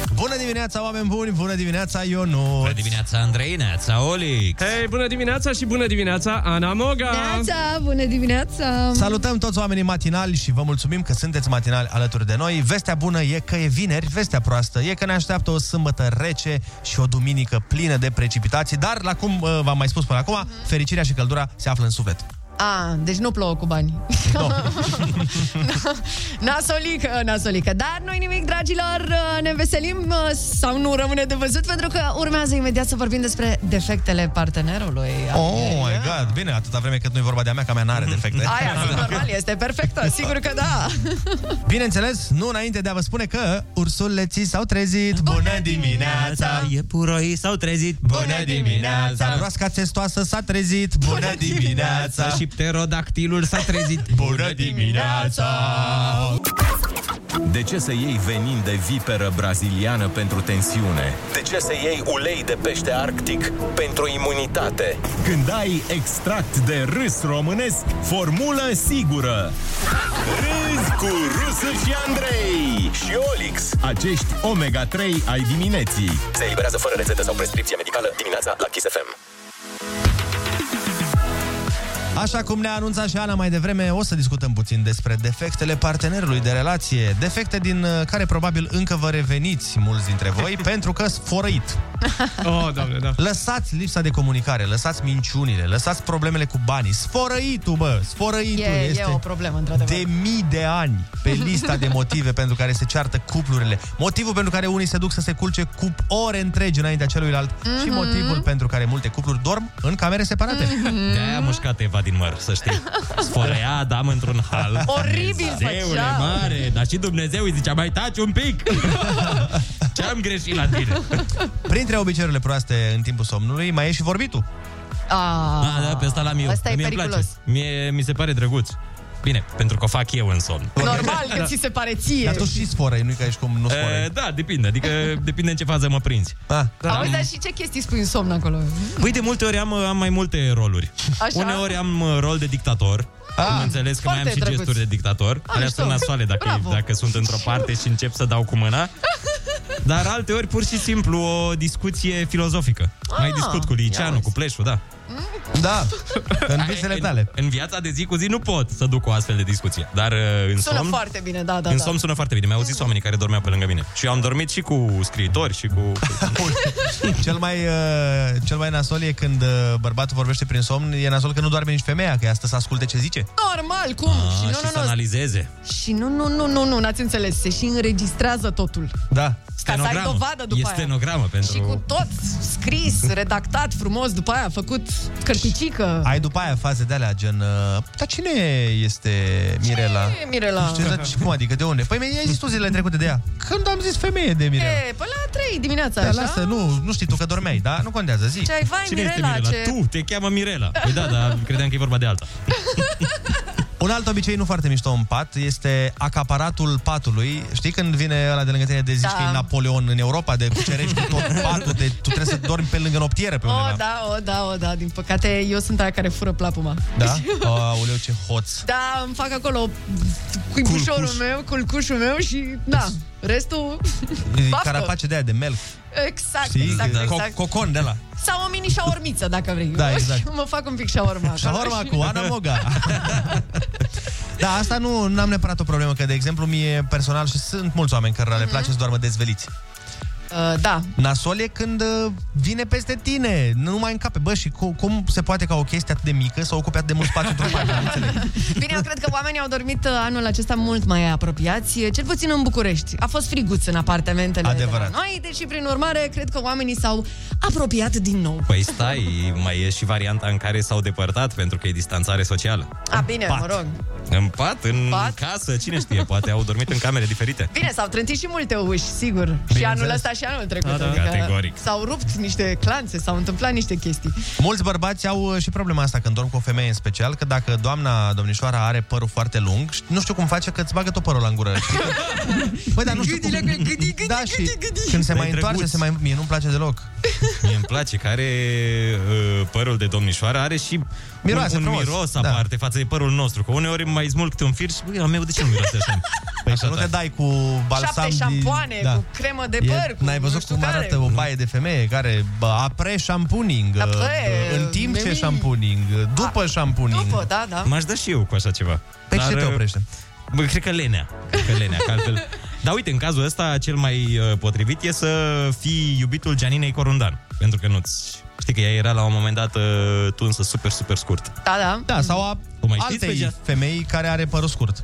Bună dimineața, oameni buni! Bună dimineața, Ionut! Bună dimineața, Andrei, neața, Olic! Hei, bună dimineața și bună dimineața, Ana Moga! Neața, bună dimineața! Salutăm toți oamenii matinali și vă mulțumim că sunteți matinali alături de noi. Vestea bună e că e vineri, vestea proastă e că ne așteaptă o sâmbătă rece și o duminică plină de precipitații, dar, la cum uh, v-am mai spus până acum, fericirea și căldura se află în suflet. A, deci nu plouă cu bani. <laughs> No. nasolică, nasolică. Dar nu-i nimic, dragilor, ne înveselim sau nu rămâne de văzut, pentru că urmează imediat să vorbim despre defectele partenerului. Oh my god, bine, atâta vreme cât nu e vorba de-a mea, că a mea n-are defecte. <laughs> Aia, da. normal, este perfectă, sigur că da. Bineînțeles, nu înainte de a vă spune că ursuleții s-au trezit. Bună dimineața! Iepuroii s-au trezit. Bună dimineața! Broasca testoasă s-a trezit. Bună dimineața! Și pterodactilul s-a trezit. Bună dimineața! De ce să iei venin de viperă braziliană pentru tensiune? De ce să iei ulei de pește arctic pentru imunitate? Când ai extract de râs românesc, formulă sigură! Râs cu Rusu și Andrei și Olix. Acești omega-3 ai dimineții. Se eliberează fără rețetă sau prescripție medicală dimineața la Kiss FM. Așa cum ne-a anunțat și Ana mai devreme, o să discutăm puțin despre defectele partenerului de relație. Defecte din uh, care probabil încă vă reveniți mulți dintre <laughs> voi, pentru că sfărăit. Oh, doamne, da. Lăsați lipsa de comunicare, lăsați minciunile, lăsați problemele cu banii. Sfărăitul, bă, sfărăitul E- e este o problemă, într-adevăr. de mii de ani <laughs> pe lista de motive pentru care se ceartă cuplurile. Motivul pentru care unii se duc să se culce cu ore întregi înaintea celuilalt și Mhm. motivul pentru care multe cupluri dorm în camere separate. Mhm. De-aia a mușcat Eva din măr, să știi. Sfărăia Adam într-un hal. Oribil Dumnezeule făcea. mare, dar și Dumnezeu îi zicea, mai taci un pic. <laughs> Ce-am greșit la tine? Printre obiceiurile proaste în timpul somnului mai e și vorbitul. Ah, Da, da, pe ăsta l-am eu. Asta e Mie îmi periculos. place. Mie mi se pare drăguț. Bine, pentru că o fac eu în somn. Normal că ți se pare ție. Dar tu și sforăi, nu-i ca ești cum nu sforăi. E, Da, depinde, adică depinde în ce fază mă prinzi. Da. Auzi, dar și ce chestii spui în somn acolo? Păi de multe ori am, am mai multe roluri. Așa? Uneori am uh, rol de dictator. Ah. Am înțeles că mai am foarte și drăguț. gesturi de dictator. Ah, Alea mișto. sunt nasoale dacă, Bravo. dacă sunt într-o parte și încep să dau cu mâna. Dar alte ori pur și simplu o discuție filozofică. mai Ah, discut cu Liceanu, cu Pleșu, da. Da, <laughs> în visele tale. În viața de zi cu zi nu pot să duc o astfel de discuție. Dar uh, în Sună somn... foarte bine, da, da, în da. somn sună foarte bine. Mi-au zis oamenii care dormeau pe lângă mine. Și eu am dormit și cu scriitori și cu... Cel mai, uh, cel mai nasol e când uh, bărbatul vorbește prin somn, e nasol că nu doarme nici femeia, că asta să asculte ce zice. Normal, Ah, cum? și nu, nu, Ah, nu. analizeze. Și nu, nu, nu, nu, nu, n-ați înțeles. Se și înregistrează totul. <laughs> Da. Ca să ai Stenogramă. dovadă după E aia. stenogramă pentru... Și cu tot scris, redactat frumos, după aia făcut cărticică. Ai după aia faze de alea, gen... Uh, dar cine este Mirela? e Mirela? Știi, dar ce- cum adică, de unde? Păi mi-ai zis tu zilele trecute de ea. Când am zis femeie de Mirela? E, până la 3 dimineața, Da, așa? lasă, nu, nu știi tu că dormeai, da? Nu contează, zi. Ce ai, vai, Cine este Mirela, Mirela? ce- Tu, te cheamă Mirela. Păi da, dar credeam că e vorba de alta. <laughs> Un alt obicei nu foarte mișto în pat este acaparatul patului. Știi când vine ăla de lângă tine de zici Da. că e Napoleon în Europa, de cucerești cu <laughs> tot patul, de, tu trebuie să dormi pe lângă noptieră pe undeva. O, da, o, da, o, da, din păcate eu sunt aia care fură plapuma. Da? Aoleu, ce hoț. Da, îmi fac acolo cuibușorul meu, culcușul meu și, da, restul... E baftă. Carapace de aia de melc. Exact, Știi? exact, exact. Co- cocon de la. Sau o mini șaormiță, dacă vrei. <laughs> Da, Eu exact. mă fac un pic șaorma. acolo Șaorma și- cu Ana Moga. <laughs> Da, asta nu am neapărat o problemă, că, de exemplu, mie personal și sunt mulți oameni care le place să doarmă dezveliți. Uh, da. Nasol e când uh, vine peste tine, nu mai încape. Bă, și cu, cum se poate ca o chestie atât de mică să ocupe atât de mult spațiu într-o parte? Nu înțeleg. Bine, eu cred că oamenii au dormit uh, anul acesta mult mai apropiați, uh, cel puțin în București. A fost friguț în apartamentele Adevărat. de la noi, deci prin urmare, cred că oamenii s-au apropiat din nou. Păi stai, mai e și varianta în care s-au depărtat pentru că e distanțare socială. A, bine, mă rog. În pat, în Pat? pat? casă, cine știe, poate au dormit în camere diferite. Bine, s-au trântit și multe uși, sigur. și anul înțeles. ăsta și anul trecut. adică Da, da. Categoric. S-au rupt niște clanțe, s-au întâmplat niște chestii. Mulți bărbați au uh, și problema asta când dorm cu o femeie în special, că dacă doamna, domnișoara, are părul foarte lung, ș- nu știu cum face că îți bagă tot părul la în gură. știi? Băi, dar nu știu cum... da, și când se Dar e mai întoarce, drăguț. se mai... Mie nu-mi place deloc. Mie îmi place că are uh, părul de domnișoară, are și Miroase un, un frumos. miros Da. aparte față de părul nostru. Că uneori mai smulg câte un fir și, <laughs> băi, al meu de ce nu miroase așa? Păi că nu te dai cu balsam Șapte șampoane, da. cu cremă de E păr, cu n-ai văzut cum arată o baie de femeie care bă, apre shampooning, Apre, bă, în timp ce nimic. shampooning, după shampooning. după, da, da. M-aș da și eu cu așa ceva. uh, Pe ce te oprește? Bă, cred că lenea. Cred că lenea, că altfel... <laughs> Dar uite, în cazul ăsta, cel mai uh, potrivit e să fii iubitul Gianinei Corundan. Pentru că nu-ți... Știi că ea era la un moment dat uh, tunsă super, super scurt. Da, da. Da, sau a O mai știți pe altei Gia- femei care are părul scurt.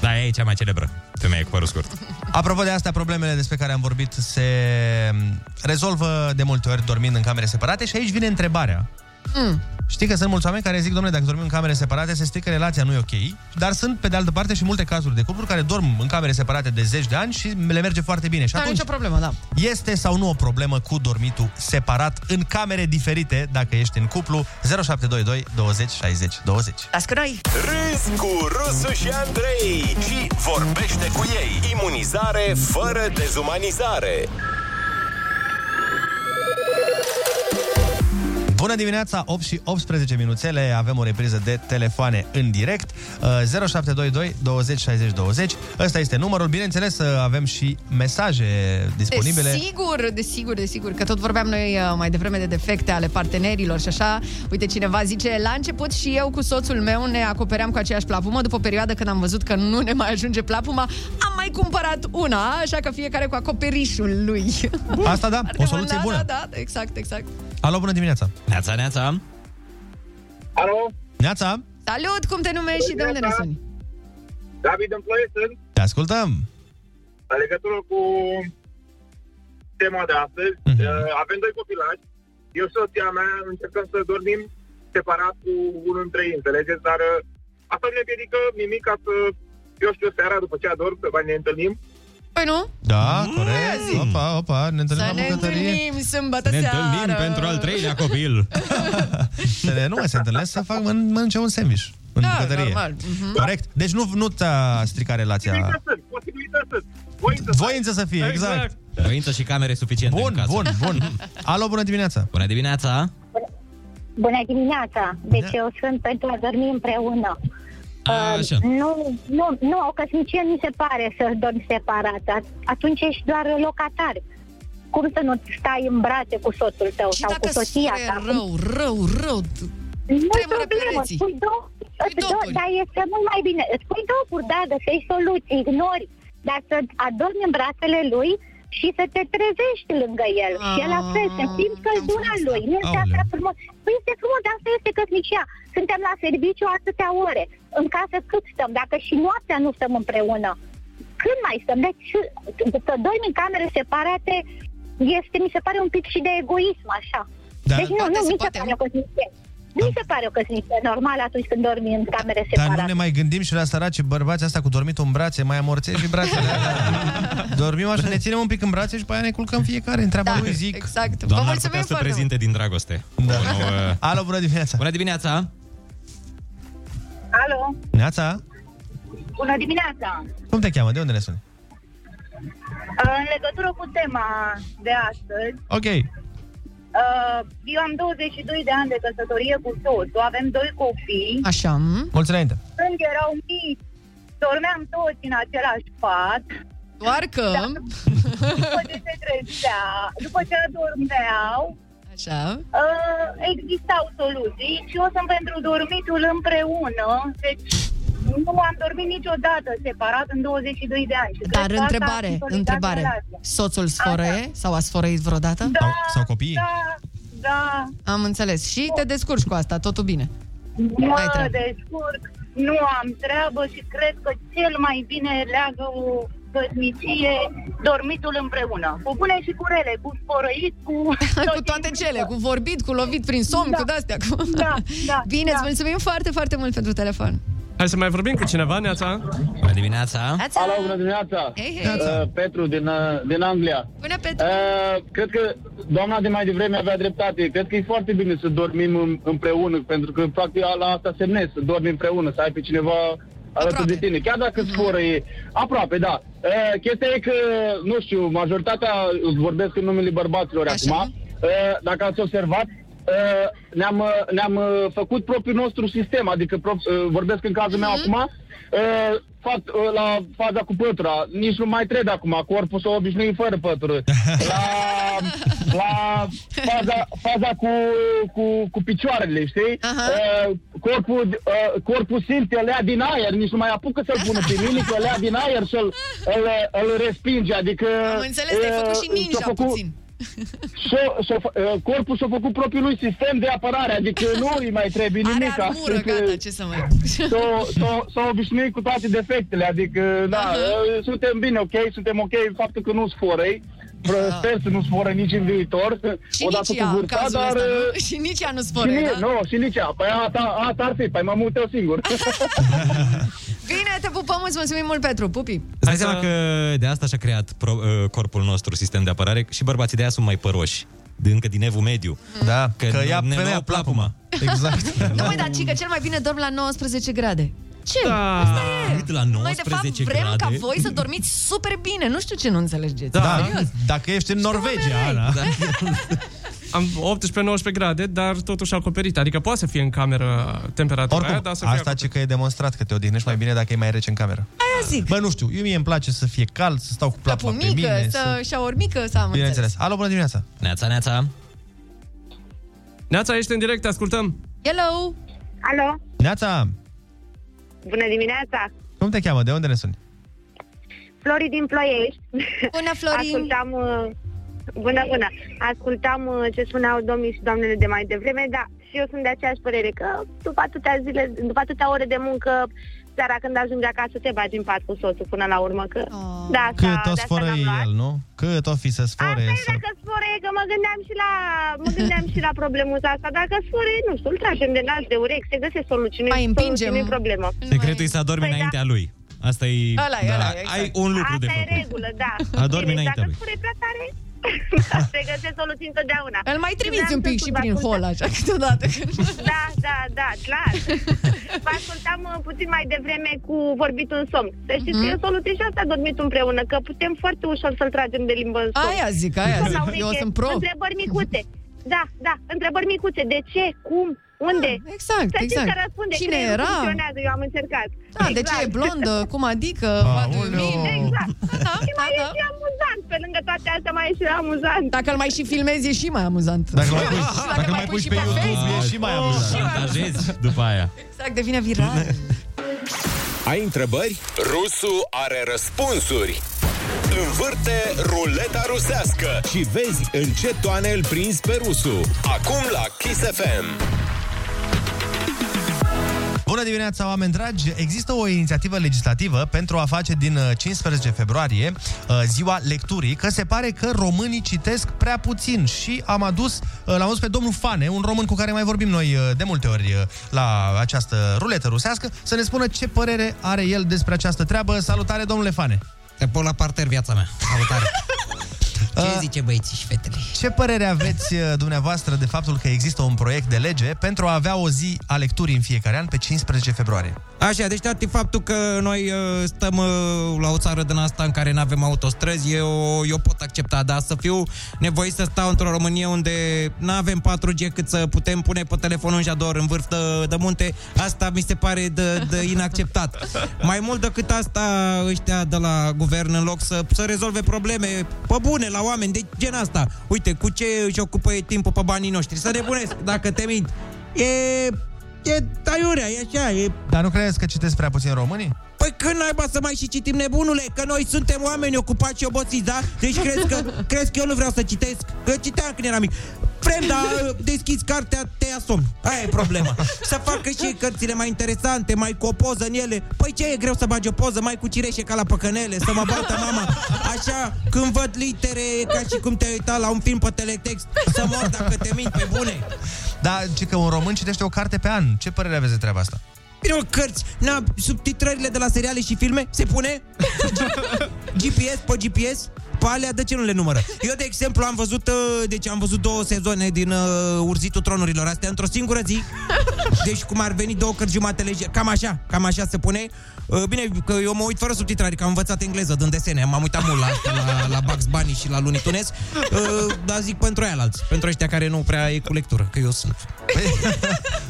Da, ea e cea mai celebră. Femeie cu părul scurt. Apropo de astea, problemele despre care am vorbit se rezolvă de multe ori dormind în camere separate și aici vine întrebarea. Mm. Știi că sunt mulți oameni care zic, domnule, dacă dormim în camere separate, se strică relația, nu e ok. Dar sunt, pe de altă parte, și multe cazuri de cupluri care dorm în camere separate de zeci de ani și le merge foarte bine. Și Nu are atunci, nicio problemă, da. este sau nu o problemă cu dormitul separat în camere diferite, dacă ești în cuplu, 0722 20 60 20. Las că noi! Râs cu Rusu și Andrei și vorbește cu ei. Imunizare fără dezumanizare. Bună dimineața, 8 și 18 minuțele, avem o repriză de telefoane în direct, uh, 0722 20 60 20. Ăsta este numărul, bineînțeles, uh, avem și mesaje disponibile. Eh, Desigur, desigur, desigur, că tot vorbeam noi uh, mai devreme de defecte ale partenerilor și așa. Uite, cineva zice, la început și eu cu soțul meu ne acopeream cu aceeași plapumă. După o perioadă când am văzut că nu ne mai ajunge plapuma, am mai cumpărat una, așa că fiecare cu acoperișul lui. Asta da, o da, soluție bună. Da, da, exact, exact. Alo, bună dimineața! Neața, neața! Alo? Neața, Salut, cum te numești și de unde ne suni? David în ploie sunt, te ascultăm! în legătură cu tema de astăzi. Uh, Avem doi copilași. Eu și soția mea încercăm să dormim separat cu unul dintre ei, înțelegeți? Dar uh, asta nu ne piedică nimic ca să, eu știu, seara după ce adorm, să mai ne întâlnim. Păi nu? Da, corect. Opa, opa, ne întâlnim Să la ne bucătărie. întâlnim sâmbătă seară. copil. <laughs> să ne, nu mai se întâlnesc, să fac mân- mănânce un sandwich în Da, bucătărie. normal. Mhm. Corect. Deci nu, nu ți-a stricat relația. Posibilități sunt, posibilități sunt. Voință, Voință să fie, exact. Voință și camere suficiente Bun, în casă. bun, <laughs> bun. Alo, bună dimineața! Bună dimineața! Bună dimineața! Deci Da. eu sunt pentru a dormi împreună. Uh, Așa. Nu, nu, nu, că nici mi se pare să dormi separat. At- Atunci ești doar locatar. Cum să nu stai în brațe cu soțul tău Și sau cu dacă soția suferi ta? rău, rău, rău, nu e tremură problemă, pereții. spui două, îți do, dar este mult mai bine. Îți pui dopuri, da, găsești soluții, ignori, dar să adormi în brațele lui și să te trezești lângă el. Și el la fel, să simți căldura lui. Nu este Ah, asta frumos. Păi este frumos, dar asta este căsnicia. Suntem la serviciu atâtea ore. În casă cât stăm? Dacă și noaptea nu stăm împreună. Când mai stăm? Deci să dormi în camere separate este, mi se pare, un pic și de egoism, așa. Da. deci nu, nu, mi se pare o căsnicie. Nu mi se pare o căsnicie normală atunci când dormi în camere Dar separate. nu ne mai gândim și la săraci bărbați asta cu dormitul în brațe, mai amorțești și brațele. <laughs> Dormim așa, ne ținem un pic în brațe și pe aia ne culcăm fiecare, în treaba Da, lui zic. exact. Vă Doamna ar putea mulțumim să foarte mult. prezinte din dragoste. Da. O nouă- Alo, bună dimineața! Bună dimineața! Alo, Neața, bună dimineața! cum te cheamă? De unde ne suni? În legătură cu tema de astăzi, Ok. Uh, eu am 22 de ani de căsătorie cu soțul, avem doi copii. Așa, m? Mulți înainte. Când erau mici, dormeam toți în același pat. Doar că... Dar După ce se trezea, după ce adormeau, Așa. uh, existau soluții și eu sunt pentru dormitul împreună, deci nu am dormit niciodată separat în 22 de ani. Și Dar cred că asta a întrebare, consolidat întrebare. relația. Soțul sfărăie sau a sfărăit vreodată? Da, Sau copiii? da, da. Am înțeles. Și te descurci cu asta, totul bine. Ai Mă treabă. descurc, nu am treabă și cred că cel mai bine leagă o căsnicie dormitul împreună. Cu bune și cu rele, cu sporăit, cu... <laughs> cu toate cele, cu vorbit, cu lovit prin somn, da. cu de-astea. Cu... Da, da, <laughs> Bine, da. îți mulțumim foarte, foarte mult pentru telefon. Hai să mai vorbim cu cineva, Neața? Bună dimineața! Alo, bună dimineața! Hei, hei. Uh, Petru din, uh, din Anglia. Bună, Petru! Uh, cred că doamna de mai devreme avea dreptate. Cred că e foarte bine să dormim în- împreună, pentru că practic la asta semnezi, să dormi împreună, să ai pe cineva alături de tine. Chiar dacă Mhm. sporă e aproape, da. Uh, chestia e că, nu știu, majoritatea, îți vorbesc în numele bărbaților acum, uh, dacă ați observat, uh, ne-am, uh, Mhm. ne-am uh, făcut propriul nostru sistem, adică prop, uh, vorbesc în cazul meu acum, uh, fat, la faza cu pătura. Nici nu mai trebuie acum, corpul s-a obișnuit fără <laughs> pătură. La, la faza, faza cu, cu, cu picioarele, știi? Uh, corpul, uh, corpul simte, lea din aer, nici nu mai apucă să-l pună pe milică, lea din aer și-l îl, îl respinge. Adică, Am înțeles, te-ai făcut și uh, ninja s-a făcut- puțin. s-a- s-a fă- uh, corpul s-a făcut propriul lui sistem de apărare, adică <laughs> nu îi mai trebuie Adică Are nimic. armură, <laughs> gata, ce să mai... S-au obișnuit cu toate defectele, adică, da, uh, suntem bine, ok, suntem ok, faptul că nu-s forei, Bă, sper să nu-s forei nici în viitor, <laughs> Ah. Și nici ea, în cazul ăsta, nu? <laughs> uh, Și nici ea nu și spune, nici- da? Nu, și nici ea, păi asta, asta ar fi, păi mă mut eu <laughs> singur. Bine, te pupăm, îți mulțumim mult, Petru, pupi! Îți dai seama că de asta și-a creat pro, uh, corpul nostru sistem de apărare și bărbații de aia sunt mai păroși. De încă din evul mediu. Da, că, că ia ne femeia plapuma. Exact. <laughs> Nu, măi, dar ci că cel mai bine dorm la 19 grade. Ce? Da. Asta e. Uite, la Noi, de fapt, 19 vrem ca grade. voi să dormiți super bine. Nu știu ce nu înțelegeți. Da. Serios. Da, dacă ești în Norvegia, Ana. Da. <laughs> Am 18-19 grade, dar totuși acoperit. Adică poate să fie în cameră temperatura aia, Oricum, dar să fie asta ce că e demonstrat că te odihnești mai bine dacă e mai rece în cameră. Aia zic. Bă, nu știu, eu mie îmi place să fie cald, să stau cu plapa pe Mică, mine. să... șauri mică, să am înțeles. Bineînțeles. Alo, bună dimineața! Neața, neața! Neața, ești în direct, te ascultăm. Hello! Alo, Neața, bună dimineața! cum te cheamă? De unde ne suni? Flori din Ploiești. Bună, Florin! Ascultam, uh, bună, bună! Ascultam uh, ce spuneau domnii și doamnele de mai devreme, dar și eu sunt de aceeași părere că după atâtea zile, după atâtea ore de muncă, seara când ajungi acasă te bagi în pat cu soțul până la urmă că... Oh. Da, Cât o sfără el, nu? Cât o fi să sfără să... Dacă sfore, că mă gândeam și la, mă gândeam și la problemul ăsta. Dacă sfore, nu știu, îl tragem de nas de urechi, se găsesc soluții, nu e soluții, nu e problemă. Secretul e să adormi înaintea lui. Asta e... Ăla e, da, ăla e, exact. Ai un lucru de Asta făcut. e regulă, da. <laughs> Adormi Bine, înaintea dacă lui. spune prea <laughs> tare, se găsesc soluții întotdeauna. Îl mai trimiți Vreau un să pic și spun, prin vă hol, așa, câteodată. Când... Da, da, da, <laughs> clar. Vă ascultam uh, puțin mai devreme cu vorbitul în somn. Să știți că e Mhm. o soluție și asta dormit împreună, că putem foarte ușor să-l tragem de limbă în somn. Aia zic, aia Până la zic. Eu ureche, sunt pro. Întrebări micuțe. Da, da, întrebări micuțe. De ce? Cum? Unde? exact, Să știți exact. că răspunde. Cine Creierul era? Funcționează, eu am încercat. Da, de ce e <laughs> blondă? Cum adică? Va dormi? Exact. Da, și mai da, Exact. e și amuzant, pe lângă toate astea mai e și amuzant. Dacă îl mai și filmezi, e și mai amuzant. Dacă mai pui, dacă mai pui și pe YouTube, Ah, e și mai amuzant. Șantajezi după aia. Exact, devine viral. Ai întrebări? Rusu are răspunsuri. Învârte ruleta rusească și vezi în ce toane îl prinzi pe Rusu. Acum la Kiss FM. Bună dimineața, oameni dragi! Există o inițiativă legislativă pentru a face din uh, 15 februarie uh, ziua lecturii, că se pare că românii citesc prea puțin și am adus, uh, l-am adus pe domnul Fane, un român cu care mai vorbim noi uh, de multe ori uh, la această ruletă rusească, să ne spună ce părere are el despre această treabă. Salutare, domnule Fane! Te pun la parter viața mea. Salutare! <laughs> Ce zice băieții și fetele? Ce părere aveți uh, dumneavoastră de faptul că există un proiect de lege pentru a avea o zi a lecturii în fiecare an pe 15 februarie? Așa, deci dat faptul că noi uh, stăm uh, la o țară din asta în care nu avem autostrăzi, eu, eu pot accepta, dar să fiu nevoit să stau într-o Românie unde nu avem 4G cât să putem pune pe telefon un jador în vârf de, de munte, asta mi se pare de, de inacceptat. Mai mult decât asta, ăștia de la guvern, în loc să, să rezolve probleme pe bune la oameni, de gen asta, uite, cu ce își ocupă ei timpul pe banii noștri, să nebunesc, dacă te mint. E E taiurea, e așa, e... Dar nu crezi că citesc prea puțin românii? Păi când naiba să mai și citim nebunule? Că noi suntem oameni ocupați și obosiți, da? Deci crezi <laughs> că, crezi că eu nu vreau să citesc? Că citeam când eram mic. Vrem, <laughs> dar uh, deschizi cartea, te asum. Aia e problema. Să facă și cărțile mai interesante, mai cu o poză în ele. Păi ce e greu să bagi o poză, mai cu cireșe ca la păcănele, să mă bată mama. Așa, când văd litere, e ca și cum te-ai uitat la un film pe teletext, să mor dacă te mint pe bune. Da, ci că un român citește o carte pe an. Ce părere aveți de treaba asta? Bine, mă, cărți, na, subtitrările de la seriale și filme se pune? GPS pe GPS, pe alea de ce nu le numără? Eu, de exemplu, am văzut, uh, deci am văzut două sezoane din uh, Urzitul Tronurilor astea într-o singură zi. Deci cum ar veni două cărți jumate lejer. Cam așa, cam așa se pune. Uh, Bine, că eu mă uit fără subtitrare, că am învățat engleză din desene. M-am uitat mult la, asta, la, la Bugs Bunny și la Looney Tunes. Uh, Dar zic pentru aia alți, pentru ăștia care nu prea e cu lectură, că eu sunt.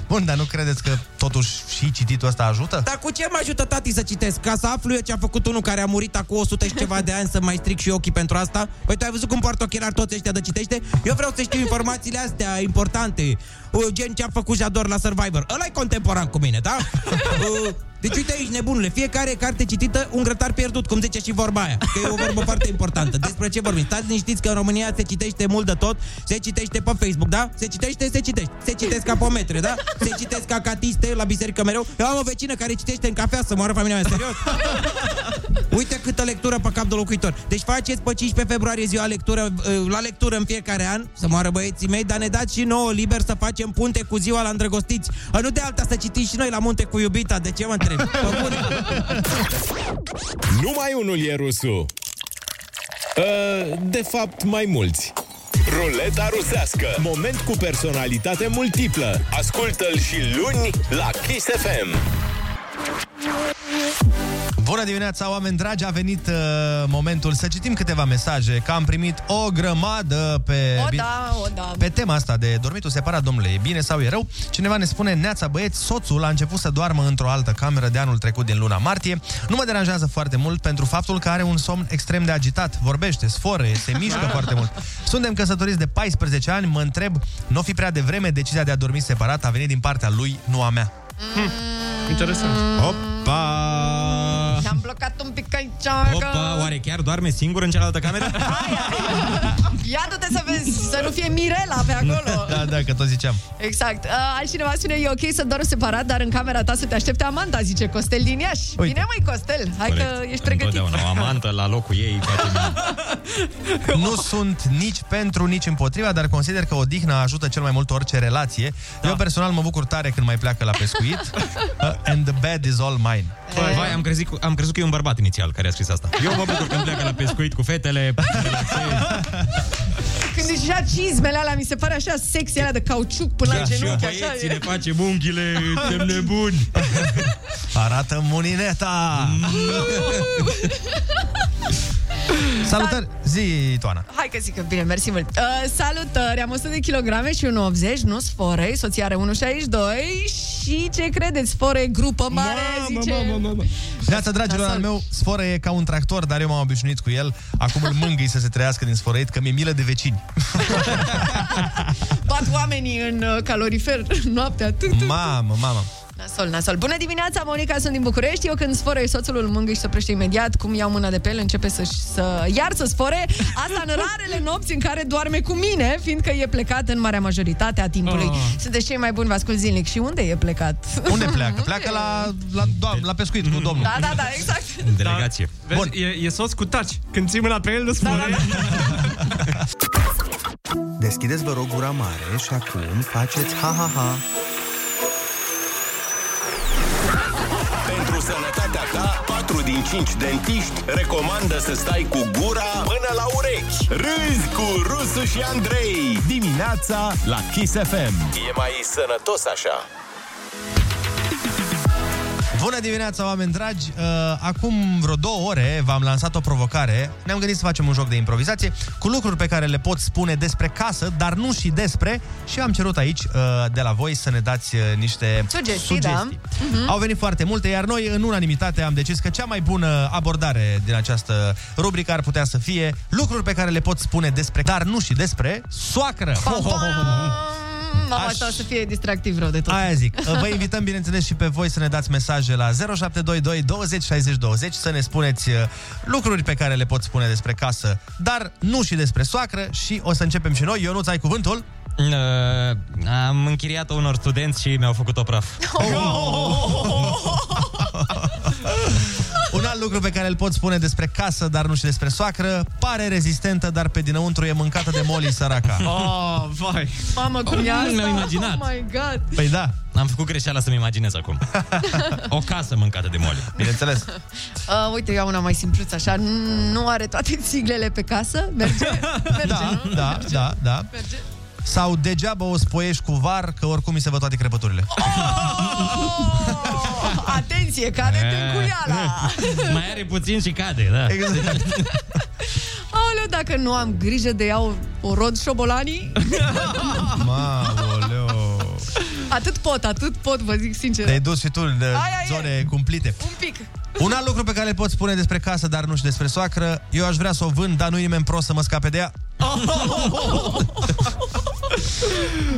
Bun, dar nu credeți că totuși și cititul ăsta ajută? Dar cu ce mă ajută tati să citesc? Ca să aflu eu ce a făcut unul care a murit acum 100 și ceva de ani să mai stric și ochii pentru asta? Păi tu ai văzut cum poartă ochelari toți ăștia de citește? Eu vreau să știu informațiile astea importante. Uh, Gen ce a făcut Jador la Survivor. ăla e contemporan cu mine, <laughs> da? Uh, Deci uite aici, nebunule, fiecare carte citită, un grătar pierdut, cum zice și vorba aia. Că e o vorbă foarte importantă. Despre ce vorbim? Stați liniștiți că în România se citește mult de tot, se citește pe Facebook, da? Se citește, se citește. Se citesc ca pometre, da? Se citesc ca catiste la biserică mereu. Eu am o vecină care citește în cafea să moară familia mea, serios? Uite câtă lectură pe cap de locuitor. Deci faceți pe 15 februarie ziua lectură, uh, la lectură în fiecare an, să moară băieții mei, dar ne dați și nouă liber să facem punte cu ziua la îndrăgostiți. Uh, Nu de alta să citiți și noi la munte cu iubita, de ce mă întreb? Pe bune. Numai unul e rusul. Uh, De fapt, mai mulți. Ruleta rusească. Moment cu personalitate multiplă. Ascultă-l și luni la Kiss FM. Bună dimineața, oameni dragi! A venit uh, momentul să citim câteva mesaje, că am primit o grămadă pe... O, da, o, da. Pe tema asta de dormitul separat, domnule, e bine sau e rău? Cineva ne spune, neața băieți, soțul a început să doarmă într-o altă cameră de anul trecut din luna martie. Nu mă deranjează foarte mult pentru faptul că are un somn extrem de agitat. Vorbește, sfore, se mișcă foarte mult. Suntem căsătoriți de 14 ani, mă întreb, nu fi prea devreme decizia de a dormi separat a venit din partea lui, nu a mea. Interesant. Opa! Te-am blocat un pic aici. uh, Opa, oare chiar doarme singur în cealaltă cameră? Ia du-te să vezi, să nu fie Mirela pe acolo. Da, da, că tot ziceam. Exact. Uh, altcineva spune, e ok să dormi separat, dar în camera ta să te aștepte Amanda, zice Costel din Iași. Uite. Bine, mai Costel, hai că ești pregătit. Întotdeauna o amantă la locul ei face <laughs> Nu sunt nici pentru, nici împotriva, dar consider că odihna ajută cel mai mult orice relație. Da. Eu personal mă bucur tare când mai pleacă la <laughs> pescuit. Uh, and the bed is all mine. Vai, vai am, crezut, am crezut că e un bărbat inițial care a scris asta. Eu mă bucur când pleacă la pescuit cu fetele. <laughs> Când își ia cizmele alea, mi se pare așa sexy, alea de cauciuc până la Da, și eu, genunchi, așa. băieții ne facem unghiile, <laughs> suntem nebuni. <laughs> Arată <laughs> munineta! Salutări! Zi, Toana! Hai că zic că bine, mersi mult. Uh, salutări, am 100 de kilograme și 1,80, nu sforei, soția are 1,62 și ce credeți, sforei, grupă mare, Mamă, zice... mamă, Neața, Da, dragilor, al meu, sforă e ca un tractor, dar eu m-am obișnuit cu el. Acum îl mângâi să se trăiască din sfărăit, că mi-e milă de <laughs> vecini. Bat oamenii în uh, calorifer <laughs> noaptea. Tu, tu, tu. Mamă, mamă. Nasol, nasol. Bună dimineața, Monica, sunt din București. Eu când sforăi soțul îl mângâi și se oprește imediat, cum iau mâna de pe el, începe să, să iar să sfore. Asta în rarele nopți în care doarme cu mine, fiindcă e plecat în marea majoritate a timpului. Ah. Sunteți cei mai buni, vă ascult zilnic. Și unde e plecat? Unde pleacă? Pleacă <laughs> la, la, doam, la pescuit cu domnul. Da, da, da, exact. În delegație. Mhm. Da. Vezi, e, e soț cu taci. Când ții mâna pe el, nu spune. Da, da, da. Deschideți, vă rog, gura mare și acum faceți ha-ha-ha. Pentru sănătatea ta, 4 din 5 dentiști recomandă să stai cu gura până la urechi. Râzi cu Rusu și Andrei. Dimineața la Kiss FM. E mai sănătos așa. Bună dimineața, oameni dragi! Uh, Acum vreo două ore v-am lansat o provocare. Ne-am gândit să facem un joc de improvizație cu lucruri pe care le pot spune despre casă, dar nu și despre. Și am cerut aici uh, de la voi să ne dați uh, niște Sugestii, sugestii. da. Mhm. Au venit foarte multe, iar noi în unanimitate am decis că cea mai bună abordare din această rubrică ar putea să fie lucruri pe care le pot spune despre, dar nu și despre, soacră! Pam, <laughs> Mama, Aș... asta o să fie distractiv rău de tot. Aia <laughs> zic. Vă invităm, bineînțeles, și pe voi să ne dați mesaje la 0722 20 60 20 să ne spuneți uh, lucruri pe care le pot spune despre casă, dar nu și despre soacră și o să începem și noi. Eu nu ai cuvântul? Uh, am închiriat unor studenți Oh. și mi-au făcut o praf. Un alt lucru pe care îl pot spune despre casă, dar nu și despre soacră, pare rezistentă, dar pe dinăuntru e mâncată de moli săraca. <laughs> Oh, vai. Mamă, cum Oh, e asta? nu mi-am imaginat. Oh my God. Păi da. Am făcut greșeala să-mi imaginez <laughs> acum. o casă mâncată de moli. Bineînțeles. Uh, uite, eu am una mai simpluță, așa. Mm, Nu are toate siglele pe casă. Merge. merge <laughs> Da, da, da, da. Sau degeaba o spoiești cu var, că oricum mi se văd toate crepăturile. Oh, atenție, care Eh. tâncuiala! Eh, <laughs> Mai are puțin și cade, da. Exact. Aoleu, dacă nu am grijă de ea, o, o rod șobolanii? <laughs> Mamoleo. atât pot, atât pot, vă zic sincer. Te-ai dus și tu în uh, Aia e. zone cumplite. Un pic. Un alt lucru pe care îl pot spune despre casă, dar nu și despre soacră, eu aș vrea să o vând, dar nu e nimeni prost să mă scape de ea. Oh!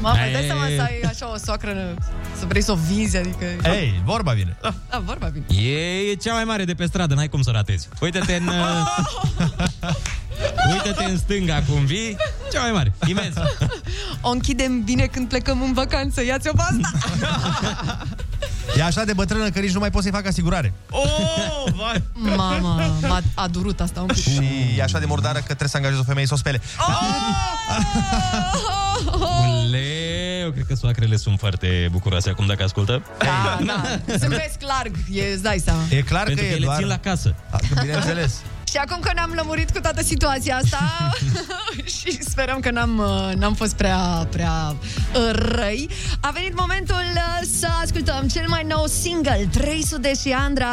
Mamă, Ai- dai seama să ai așa o soacră, să vrei să o vinzi, adică... Ei, vorba vine. Da, vorba bine. E, e cea mai mare de pe stradă, n-ai cum să o ratezi. Uite-te în... uh, Uite-te în stânga cum vii. Cea mai mare, imens. O închidem bine când plecăm în vacanță, ia-ți-o pe asta! E așa de bătrână că nici nu mai poți să-i fac asigurare. Oh, vai! Mamă, m-a a durut asta un pic. Și e așa de murdară că trebuie să angajezi o femeie să o spele. Uleu, cred că soacrele sunt foarte bucuroase acum dacă ascultă. Da, da, se vezi larg, e, îți dai seama. E clar Pentru că e ele doar- țin la casă. Bineînțeles. <laughs> Și acum că ne-am lămurit cu toată situația <laughs> asta și sperăm că n-am, uh, n-am fost prea, prea uh, răi, a venit momentul uh, să ascultăm cel mai nou single, 300 și Andra,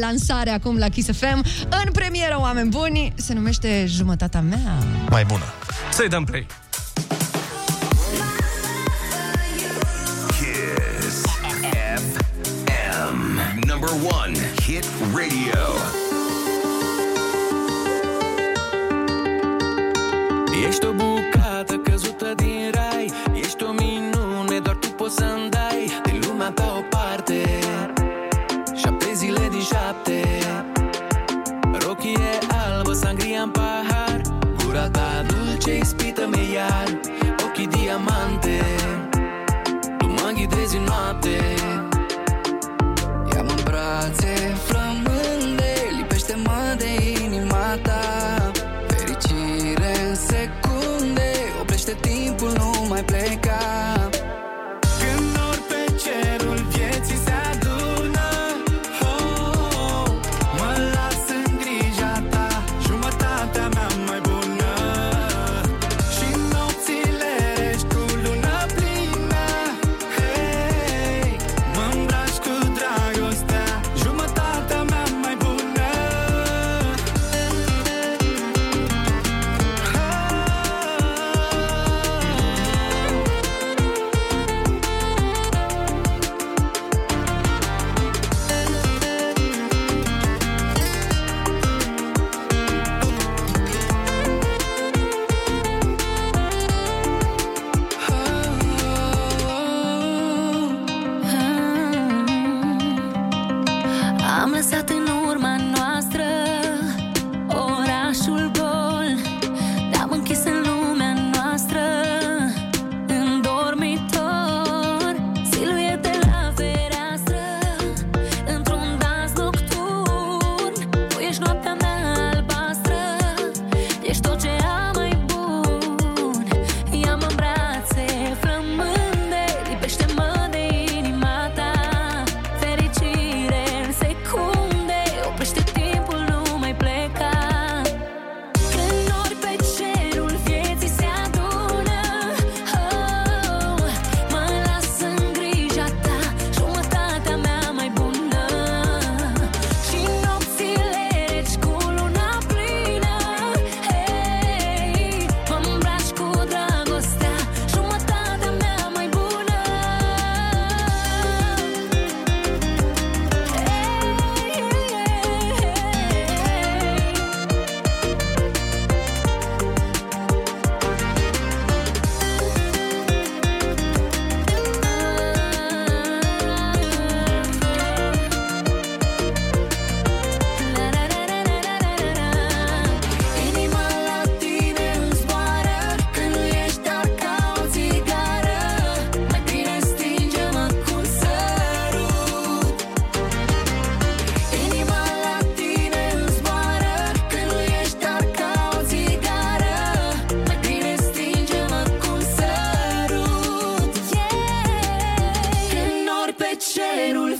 lansare acum la Kiss FM, în premieră, oameni buni, se numește Jumătatea mea. Mai bună. Să-i dăm play. Kiss FM, number one hit radio. Ești o bucată căzută din rai Ești o minune, doar tu poți să-mi dai De lumea ta o parte Șapte zile din șapte Rochie albă, sangria în pahar Gura ta dulce, ispită-mi iar Ochii diamante Tu mă ghidezi în noapte Ia-mă în brațe, flămânde Lipește-mă de inima ta fericire în secunde Oprește timpul, nu mai pleca Când nori pe cerul vieții se adună oh, oh, oh, Mă las în grija ta, jumătatea mea mai bună Și nopțile rești cu luna plină Hei, mă îmbraci cu dragostea, jumătatea oh,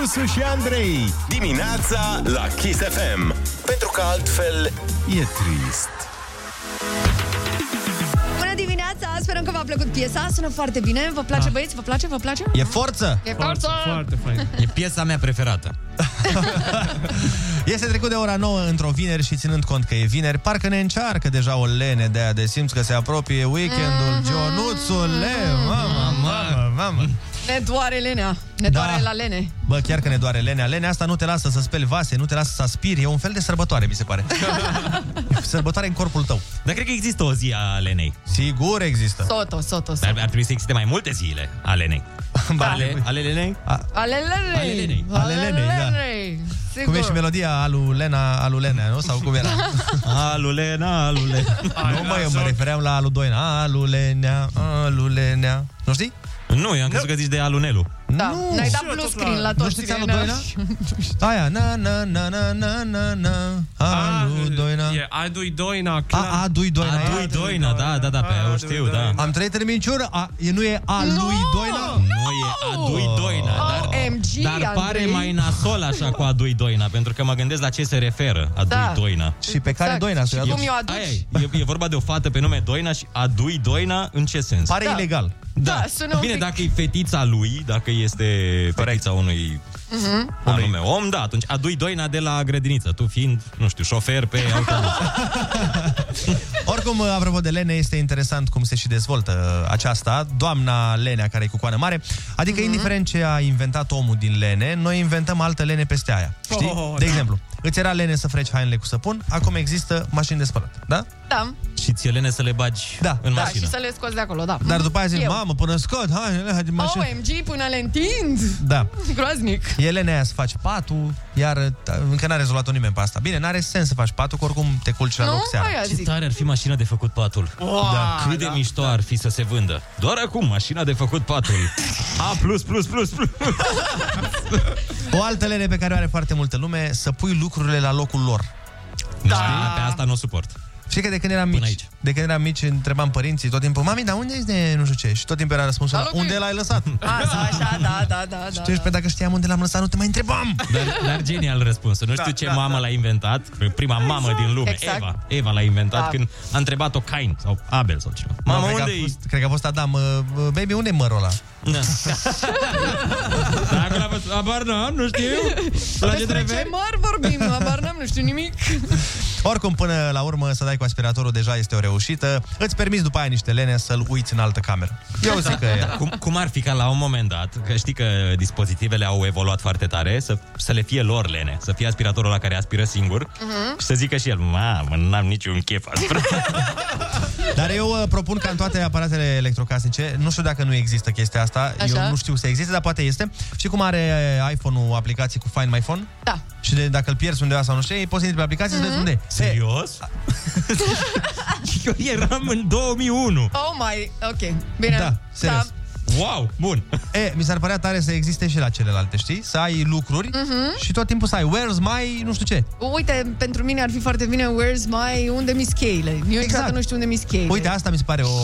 Rusu și Andrei. Dimineața la Kiss FM. Pentru că altfel e trist. Bună dimineața, sperăm că v-a plăcut piesa, sună foarte bine. Vă place, Da. băieți? Vă place? Vă place? E forță! E forță! Foarte fain. E piesa mea preferată. <laughs> Este trecut de ora 9 într-o vineri și ținând cont că e vineri, parcă ne încearcă deja o lene de aia de simți că se apropie weekendul. Gionuțule, Mm. mamă, mamă, mamă. Ne doare lenea. Ne Da. doare la lene. Bă, chiar că ne doare lenea. Lenea asta nu te lasă să speli vase, nu te lasă să aspiri. E un fel de sărbătoare, mi se pare. sărbătoare în corpul tău. Dar cred că există o zi a Lenei. Sigur există. Soto, soto, Dar soto. ar trebui să existe mai multe zile a <laughs> Lenei. Ale, ale Lenei? Ale lenei. Ale lenei. Ale lenei, da. lenei. Sigur. Cum e și melodia alu Lena, alu Lena, nu? Sau cum era? alu Lena, alu Lena. Nu, mă, mă refeream la alu Doina. Alu Lenea, alu Lenea. Nu știi? Nu, eu am crezut că zici de Alunelu. Da, Nu. ne-ai Și dat eu blue tot la- screen la Nu toți știți zilele. anul Aia, na, na, na, na, na, na, na. Alu Doina. E Adu Doina, clar. A, a dui doina. A dui doina, da, da, da, pe eu știu, da. Am trăit în minciună, a, e, nu e a lui doina? Oh. Nu e Adui Doina, dar, OMG, dar pare Andrei. mai nasol așa cu Adui Doina, pentru că mă gândesc la ce se referă Adui Da. Exact. Doina. Și pe care Doina să-i Și aduci? cum i-o aduci? Aia e, e, e vorba de o fată pe nume Doina și Adui Doina în ce sens? Pare Da. ilegal. Da, Da, sună un bine, pic- dacă e fetița lui, dacă este fetița unui Mhm. anume om, da, atunci Adui Doina de la grădiniță, tu fiind, nu știu, șofer <laughs> pe autobuz. Oricum, apropo de Lene, este interesant cum se și dezvoltă uh, aceasta, doamna Lenea, care e cu coană mare. Adică, mm-hmm. Mhm. indiferent ce a inventat omul din Lene, noi inventăm altă Lene peste aia. Știi? Oh, de da. exemplu, îți era Lene să freci hainele cu săpun, acum există mașini de spălat, da? Da. și ți lene să le bagi da, în da, Da, și mașină. să le scoți de acolo, da. Dar după aia zici, Eu. mamă, până scot hainele, hai din mașină. OMG, până le întind. Da. Groaznic. E lenea aia să faci patul, iar t- încă n-a rezolvat-o nimeni pe asta. Bine, n-are sens să faci patul, că oricum te culci la Nu, loc seara. aia Ce tare ar fi mașina de făcut patul. Wow, da, cât de mișto ar fi să se vândă. Doar acum, mașina de făcut <laughs> patul. A plus, plus, plus, <laughs> plus. O altă lene pe care o are foarte multă lume, să pui lucrurile la locul lor. Da. Pe asta nu o suport. Știi că de când eram mici, aici. de când eram mici, întrebam părinții tot timpul, mami, dar unde ești de nu știu ce? Și tot timpul era răspunsul, La ăla, locul unde ei." l-ai <laughs> lăsat? Asta, așa, da, da, da, da. Tu ești pe dacă știam unde l-am lăsat, nu te mai întrebam! Dar, dar genial răspunsul. Nu știu Da, ce da, mamă l-a inventat, prima mamă din lume, Exact. Eva. Eva l-a inventat Da. când a întrebat-o Cain sau Abel sau ceva. Mamă, Mamă, cred, unde că a e? fost, cred că a fost Adam, "Uh, uh, baby, unde e mărul ăla? <laughs> Da. Dacă l-a văzut, abar n-am, nu știu. La ce Despre trebuie? ce măr vorbim? Abar n-am, nu știu nimic. Oricum, până la urmă, să dai cu aspiratorul deja este o reușită. Îți permiți după aia niște lene să-l uiți în altă cameră. Eu zic că e. Da, Cum, cum ar fi ca la un moment dat, că știi că dispozitivele au evoluat foarte tare, să, să le fie lor lene, să fie aspiratorul la care aspiră singur Mhm. și să zică și el, mamă, n-am niciun chef <laughs> aspira. Dar eu uh, propun ca în toate aparatele electrocasnice, nu știu dacă nu există chestia asta, Așa. eu nu știu să existe, dar poate este. Și cum are uh, iPhone-ul aplicații cu Find My Phone? Da. Mhm. Și de, dacă îl pierzi undeva sau nu știu, poți să intri pe aplicație mm-hmm. să vezi unde. <laughs> Serios? Eu eram în 2001. Oh my, ok, bine. Da, serios. Wow, bun. E, mi s-ar părea tare să existe și la celelalte, știi? Să ai lucruri Mhm. și tot timpul să ai where's my nu știu ce. Uite, pentru mine ar fi foarte bine Where's my, unde mis cheile? Eu exact. niciodată nu știu unde mis cheile. Uite, asta mi se pare o,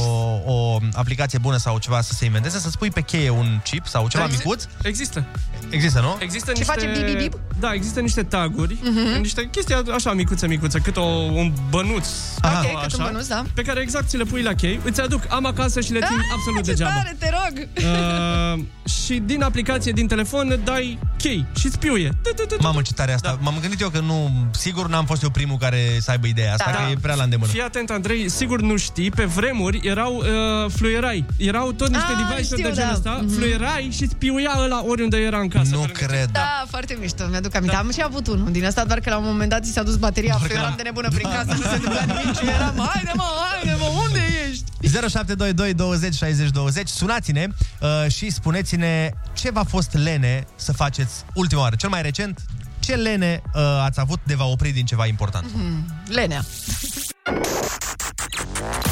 o aplicație bună sau ceva să se inventeze, să-ți pui pe cheie un chip sau ceva Exi- micuț. Există. Există, nu? Există Și niște... face bip, bip, bip? Da, există niște taguri, Mhm. uh-huh. niște chestii așa micuțe, micuțe, cât o, un bănuț. Aha. acolo, Ok, cât un bănuț, da. Pe care exact ți le pui la chei, îți aduc, am acasă și le țin Ah, absolut ce degeaba. tare, te rog! Uh, și din aplicație, din telefon, dai chei și spiuie. Mamă, ce tare asta. Da. M-am gândit eu că nu, sigur n-am fost eu primul care să aibă ideea asta, da. că e prea la îndemână. Fii atent, Andrei, sigur nu știi, pe vremuri erau uh, fluierai. Erau tot niște Ah, device-uri știu, de genul da. ăsta, Mhm. fluierai și spiuia ăla oriunde era în casă. Nu cred. Da. <laughs> da, foarte mișto, mi-aduc aminte. Da. Am și avut unul din asta, doar că la un moment dat ți s-a dus bateria, eu eram de nebună prin casă, nu se întâmpla nimic și eram, haide mă, haide mă, unde ești? 0722 20 60 20 Sunați-ne uh, și spuneți-ne ce v-a fost lene să faceți ultima oară. Cel mai recent, ce lene uh, ați avut de v-a oprit din ceva important? Hmm, Lenea.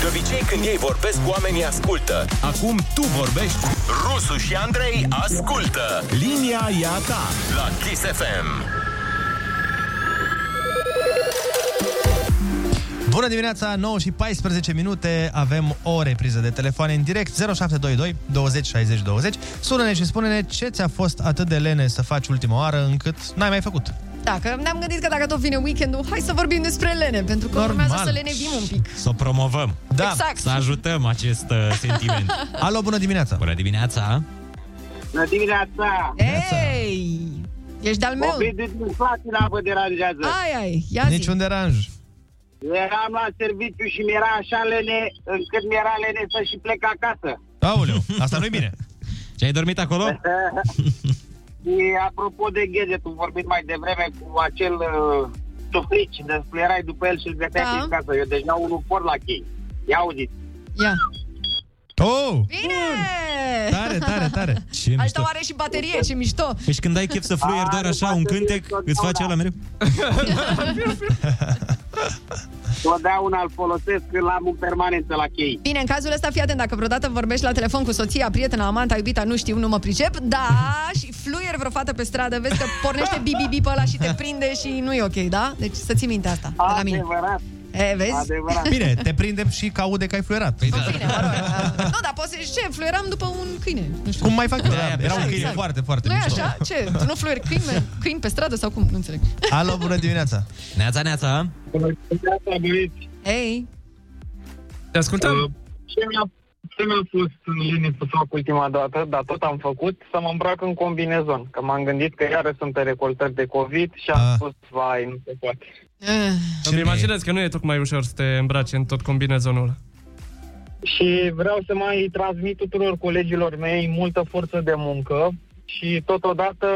De obicei când ei vorbesc, oamenii ascultă. Acum tu vorbești. Rusu și Andrei ascultă. Linia e a ta. La Kiss FM. Bună dimineața, 9 și 14 minute, avem o repriză de telefoane în direct, 0722 20 60 20. Sună-ne și spune-ne ce ți-a fost atât de lene să faci ultima oară încât n-ai mai făcut. Dacă ne-am gândit că dacă tot vine weekendul, hai să vorbim despre lene, pentru că Normal. urmează să lenevim un pic. Să o promovăm. Da. Exact. Să ajutăm acest uh, sentiment. Alo, bună dimineața! Bună dimineața! Bună dimineața! Ei! Ești de-al meu? Opriți din fațina, vă deranjează. Ai, ai, ia zi. Niciun Deci deranj. Eram la serviciu și mi-era așa lene, încât mi-era lene să și plec acasă. Aoleu, asta nu-i bine. Și ai dormit acolo? <laughs> și apropo de gadgetul, vorbit mai devreme cu acel uh, tuflici, desplierai după el și îl găteai da. prin casă. Eu deja unul por la chei. Ia auziți. Ia. <laughs> Oh! Bine! Tare, tare, tare. Ce Asta are și baterie, ce mișto. Deci când ai chef să fluier doar așa un cântec, îți face ăla mereu? Totdeauna îl folosesc când l-am în permanență la chei. <laughs> Bine, în cazul ăsta fii atent, dacă vreodată vorbești la telefon cu soția, prietena, amanta, iubita, nu știu, nu mă pricep, <laughs> da, și fluier vreo fată pe stradă, vezi că pornește bibi pe ăla și te prinde și nu e ok, da? Deci să ții minte asta de la mine. Adevărat. E, vezi? Adevărat. Bine, te prindem și că aude că ai fluierat. Păi, da. Bine, mă rog, uh, <laughs> Nu, dar poți să ce, fluieram după un câine. Nu știu. Cum mai fac eu? Da, Păi Era un exact. câine foarte, foarte nu e mișto. așa? Ce? Tu nu fluieri câini, câini pe stradă sau cum? Nu înțeleg. Alo, bună dimineața! Neața, neața! Ei, Te ascultăm? Uh, Ce mi-a, ce mi-a fost lene să fac ultima dată, dar tot am făcut, să mă îmbrac în combinezon. Că m-am gândit că iară sunt pe recoltări de COVID și Ah. am spus, vai, nu se poate. Îmi imaginez că nu e tocmai ușor să te îmbraci în tot combinezonul ăla. Și vreau să mai transmit tuturor colegilor mei multă forță de muncă și totodată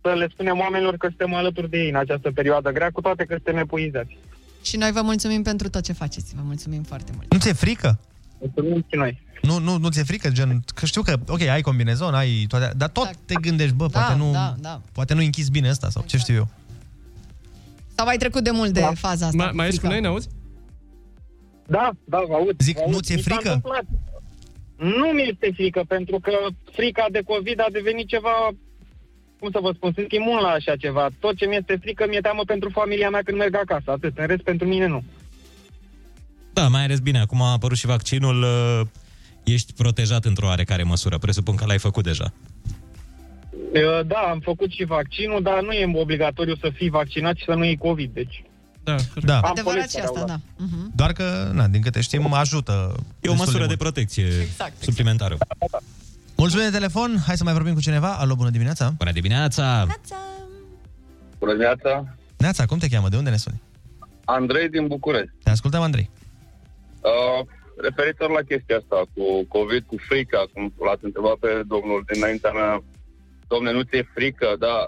să le spunem oamenilor că suntem alături de ei în această perioadă grea, cu toate că suntem epuizați. și noi vă mulțumim pentru tot ce faceți. Vă mulțumim foarte mult. Nu ți-e frică? Mulțumim și noi. Nu, nu, nu ți-e frică, gen, că știu că, ok, ai combinezon, ai toate, dar tot te gândești, bă, Da, poate nu, da, da. poate nu închis bine asta sau ce știu eu. Sau ai trecut de mult de faza asta? Mai, mai ești cu noi, ne auzi? Da, da, vă aud. Zic, vă aud. nu ți-e Mi s-a frică? întâmplat. Nu mi-este frică, pentru că frica de COVID a devenit ceva, cum să vă spun, sunt imun la așa ceva. Tot ce mi-este frică, mi-e teamă pentru familia mea când merg acasă, atât. În rest, pentru mine nu. Da, mai ales bine, acum a apărut și vaccinul, uh, ești protejat într-o oarecare măsură, presupun că l-ai făcut deja. Eu, Da, am făcut și vaccinul, dar nu e obligatoriu să fii vaccinat și să nu iei COVID, deci... Da, Da. Adevărat și asta, da. Mhm. Doar că, na, din câte știm, ajută. E o măsură de protecție exact. suplimentară. Mulțumim de telefon, hai să mai vorbim cu cineva. Alo, bună dimineața! Bună dimineața! Bună dimineața! Neața, cum te cheamă? De unde ne suni? Andrei din București. Te ascultăm, Andrei. Uh, referitor la chestia asta cu COVID, cu frica, cum l-ați întrebat pe domnul dinaintea mea, domne, nu ți-e frică, dar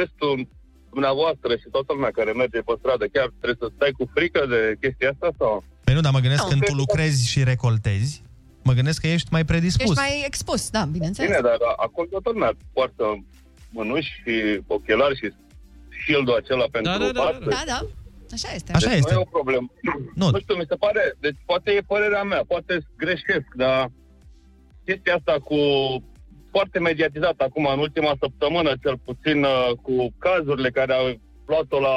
restul dumneavoastră și toată lumea care merge pe stradă, chiar trebuie să stai cu frică de chestia asta sau? Păi nu, dar mă Da, gândesc când tu lucrezi și recoltezi, mă gândesc că ești mai predispus. Ești mai expus, da, bineînțeles. Bine, dar acolo toată lumea poartă mânuși și ochelari și shieldul acela pentru da, da, da, Da, da. Așa este. deci Nu e o problemă. Nu. nu știu, mi se pare, deci poate e părerea mea, poate greșesc, dar chestia asta cu foarte mediatizat acum, în ultima săptămână, cel puțin uh, cu cazurile care au luat-o la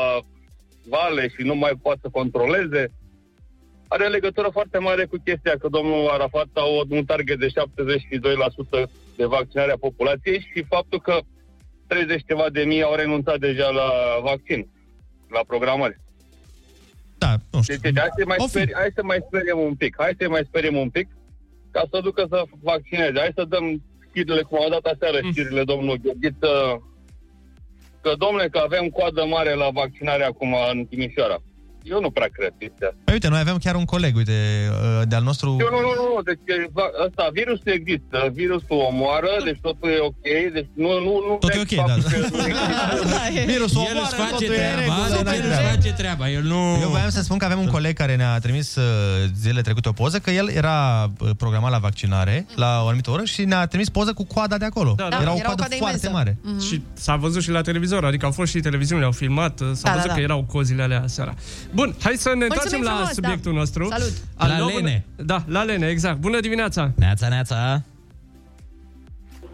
vale și nu mai poate să controleze, are legătură foarte mare cu chestia că domnul Arafat a o- un target de 72% de vaccinare a populației și faptul că 30 ceva de mii au renunțat deja la vaccin, la programări. Da, nu știu. Deci, hai să mai, speri, hai să mai speriem un pic, hai să mai speriem un pic ca să ducă să vaccineze. Hai să dăm știrile, cum au dat aseară știrile domnul Gheorghiță, că domnule, că avem coadă mare la vaccinare acum în Timișoara. Eu nu prea cred chestia asta. Păi uite, noi aveam chiar un coleg, uite, ă, de-al nostru... Eu nu, nu, nu, nu, deci exact, asta, virusul există, virusul omoară, deci totul e ok, deci nu, nu, nu... Totul e ok, da. <laughs> Da, Virusul El își face totul e în treaba, regulă, deci n-ai el își treabă. face treaba, el nu... Eu voiam să spun că avem un coleg care ne-a trimis uh, zilele trecute o poză, că el era uh, programat la vaccinare la o anumită oră și ne-a trimis poză cu coada de acolo. Da, da. Era o coadă, Mhm. foarte mare. Și s-a văzut și la televizor, adică au fost și televiziunile, au filmat, s-a Da, da, văzut da. că erau cozile alea seara. Bun, hai să ne Mulțumim întoarcem la frumos, subiectul da. nostru. Salut. La doua- Lene. Da, la Lene, exact. Bună dimineața! Neața, neața!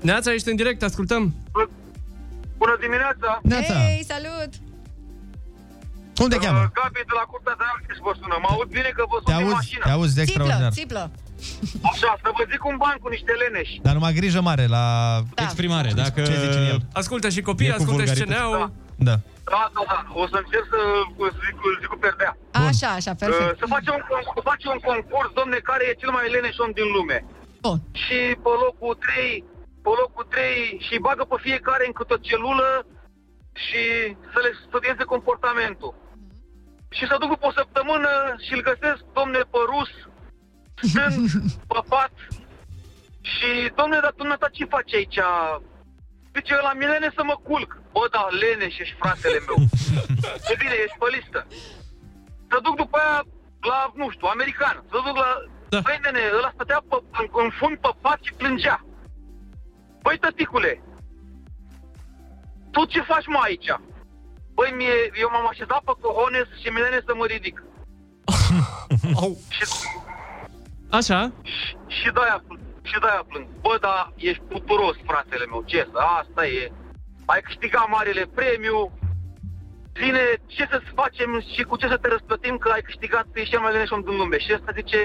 Neața, ești în direct, ascultăm. Bună dimineața! Hei, salut! Cum te cheamă? Gabi de la Curtea de Argeș vă sună. Mă aud bine că vă Te sun din auzi, mașină. te auzi de extraordinar. țiplă. Așa, să vă zic un ban cu niște leneși. Dar numai grijă mare la... Da. Exprimare, ce, dacă- Ce zice în el? Ascultă și copiii, E cu ascultă și vulgarități. CNA-ul. Da. Da, da, da. O să încerc să o să zic, o să zic cu perdea. Așa, așa, perfect. Uh, Să facem un, con- să facem un concurs, domne, care e cel mai leneș om din lume. Bun. Și pe locul 3, pe locul 3 și bagă pe fiecare în câte o celulă și să le studieze comportamentul. Mhm. Și să duc după o săptămână și îl găsesc, domne, pe rus, stând <laughs> pe pat. Și, domne, dar dumneata ce faci aici? Zice, la milene să mă culc. Bă, da, leneș ești fratele meu. <laughs> E bine, ești pe listă. Să duc după aia la, nu știu, american. Să duc la... Da. Băi, nene, ăla stătea pe, în, în fund pe pat și plângea. Băi, tăticule, tu ce faci, mă, aici? Băi, mie, eu m-am așezat pe cojones și milene să mă ridic. Așa? Și de-aia, pl- și de-aia plâng. Bă, da, ești puturos, fratele meu, ce să, asta e. Ai câștigat marele premiu. Zine, ce să-ți facem și cu ce să te răsplătim că ai câștigat, tu ești cel mai leneș om din lume. Și ăsta zice,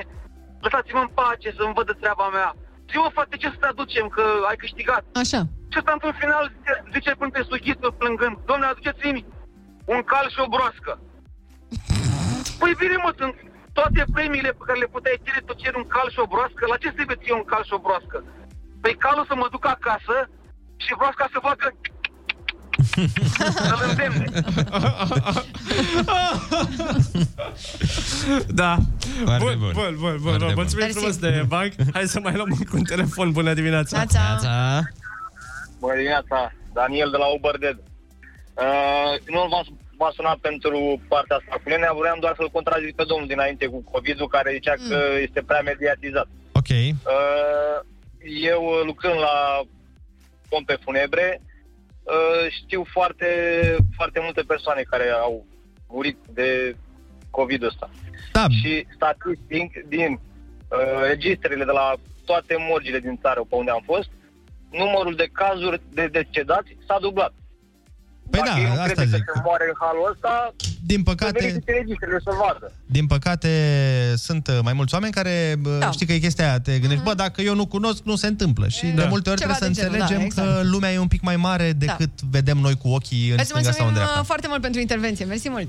lăsați-mă în pace să-mi văd de treaba mea. Zi, mă, frate, ce să te aducem, că ai câștigat. Așa. Și ăsta, într-un final, zice, zice până pe sughiță, plângând, domne, aduceți-mi un cal și o broască. Păi bine, mă, sunt toate premiile pe care le puteai cere, tu ceri un cal și o broască. La ce trebuie ție un cal și o broască? Păi calul să mă duc acasă și broasca să facă... Să-l îndemne. Ah! Da. Foarte Bun, bun. bun, bun, bun. Foarte bun. bun. Mulțumim Mersi. frumos de bag. Hai să mai luăm încă un telefon. Bună dimineața. Neața. Neața. Bună dimineața, Daniel de la Uber Dead. Uh, nu v-am m-a sunat pentru partea asta cu Nenea, vreau doar să-l contrazic pe domnul dinainte cu COVID-ul, care zicea mm. că este prea mediatizat. Ok. Uh, eu lucrând la pompe funebre, uh, știu foarte, foarte multe persoane care au murit de COVID-ul ăsta. Da. Și statistic din uh, registrele de la toate morgile din țară pe unde am fost, numărul de cazuri de decedați s-a dublat. Păi da, Ei nu asta crede zic. că se moare în halul ăsta, Din păcate- să verifice registrele, să vadă. Din păcate, sunt uh, mai mulți oameni care bă, Da. știi că e chestia aia, te gândești, bă, dacă eu nu cunosc, nu se întâmplă. Și de multe ori Mhm. Ceva trebuie de să genul, da, înțelegem că exact. lumea e un pic mai mare decât vedem noi cu ochii în Îți stânga sau în mulțumim dreapta. uh, foarte mult pentru intervenție. Mersi mult.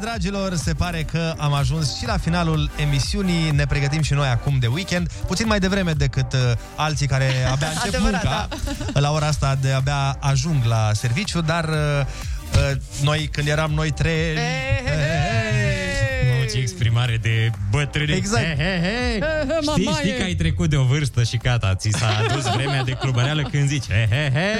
dragilor, se pare că am ajuns și la finalul emisiunii. Ne pregătim și noi acum de weekend, puțin mai devreme decât uh, alții care <laughs> abia încep Adevărat, munca. da. La ora asta de abia ajung la serviciu, dar uh, uh, noi, când eram noi trei... Mamă, ce exprimare de bătrâne. Exact. He, he, he. Știi, mamaie. știi că ai trecut de o vârstă și gata, ți s-a adus vremea de clubăreală când zici he, he, he.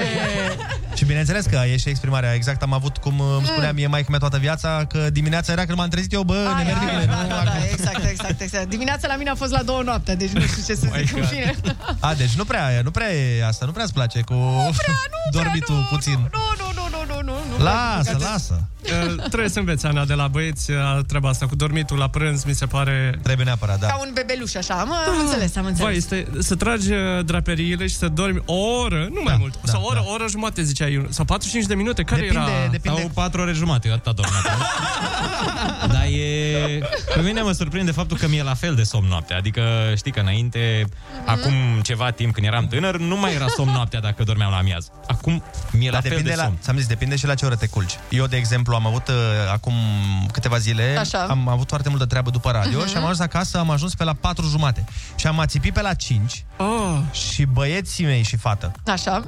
Și bineînțeles că e și exprimarea Exact am avut cum uh, îmi Mm. spunea mie maică mea toată viața Că dimineața era când m-am trezit eu Bă, Aia, nemernicule, aia, da, nu da, da, exact, exact, exact. Dimineața la mine a fost la două noaptea, deci nu știu ce să zic în God. fine. A, deci nu prea, nu prea e asta, nu prea îți place cu <laughs> nu prea, nu dormitul prea, puțin. Nu, nu, nu, nu, nu, nu, nu. Lasă, lasă. Uh, Trebuie să înveți, Ana, de la băieți uh, treaba asta cu dormitul la prânz, mi se pare... Trebuie neapărat, da. Da. Ca un bebeluș așa, am, am înțeles, am Da. Vai, înțeles. este să tragi uh, draperiile și să dormi o oră, nu mai Da, mult, sau o oră, o oră jumate, zicea eu, sau 45 de minute, care Depinde- era? depinde- Sau 4 ore jumate, eu atâta dormeam. Dar e... Pe mine mă surprinde faptul că mi-e la fel de somn noaptea. Adică, știi că înainte, acum ceva timp când eram tânăr, nu mai era somn noaptea dacă dormeam la amiază. Acum mi-e la Dar fel depinde de la, somn. ți-am zis, depinde și la ce oră te culci. Eu, de exemplu, am avut uh, acum câteva zile, Așa. am avut foarte multă treabă după radio uh-huh. și am ajuns acasă, am ajuns pe la 4 jumate și am ațipit pe la 5 oh. și băieții mei și fată. <laughs> Așa.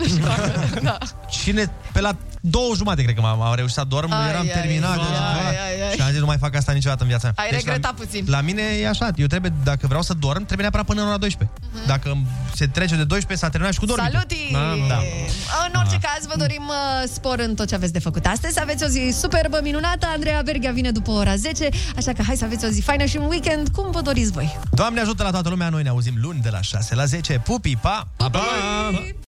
Cine, pe la două jumate, cred că m-am am reușit să dorm, Ai, ai, eram ai, ai, terminat. deci- vai, deja. ai, ai, ai. Și am zis, nu mai fac asta niciodată în viața mea. Deci Ai regretat la, puțin. La mine e așa, eu trebuie, dacă vreau să dorm, trebuie neapărat până în ora 12. Mhm. Uh-huh. Dacă îmi- se trece de 12, s-a terminat și cu dormitul. Salutii! Da. În orice caz, vă dorim uh, spor în tot ce aveți de făcut astăzi. Aveți o zi superbă, minunată. Andreea Berghia vine după ora 10, așa că hai să aveți o zi faină și un weekend cum vă doriți voi. Doamne ajută la toată lumea, noi ne auzim luni de la 6 la 10. Pupi, pa! Pa! pa!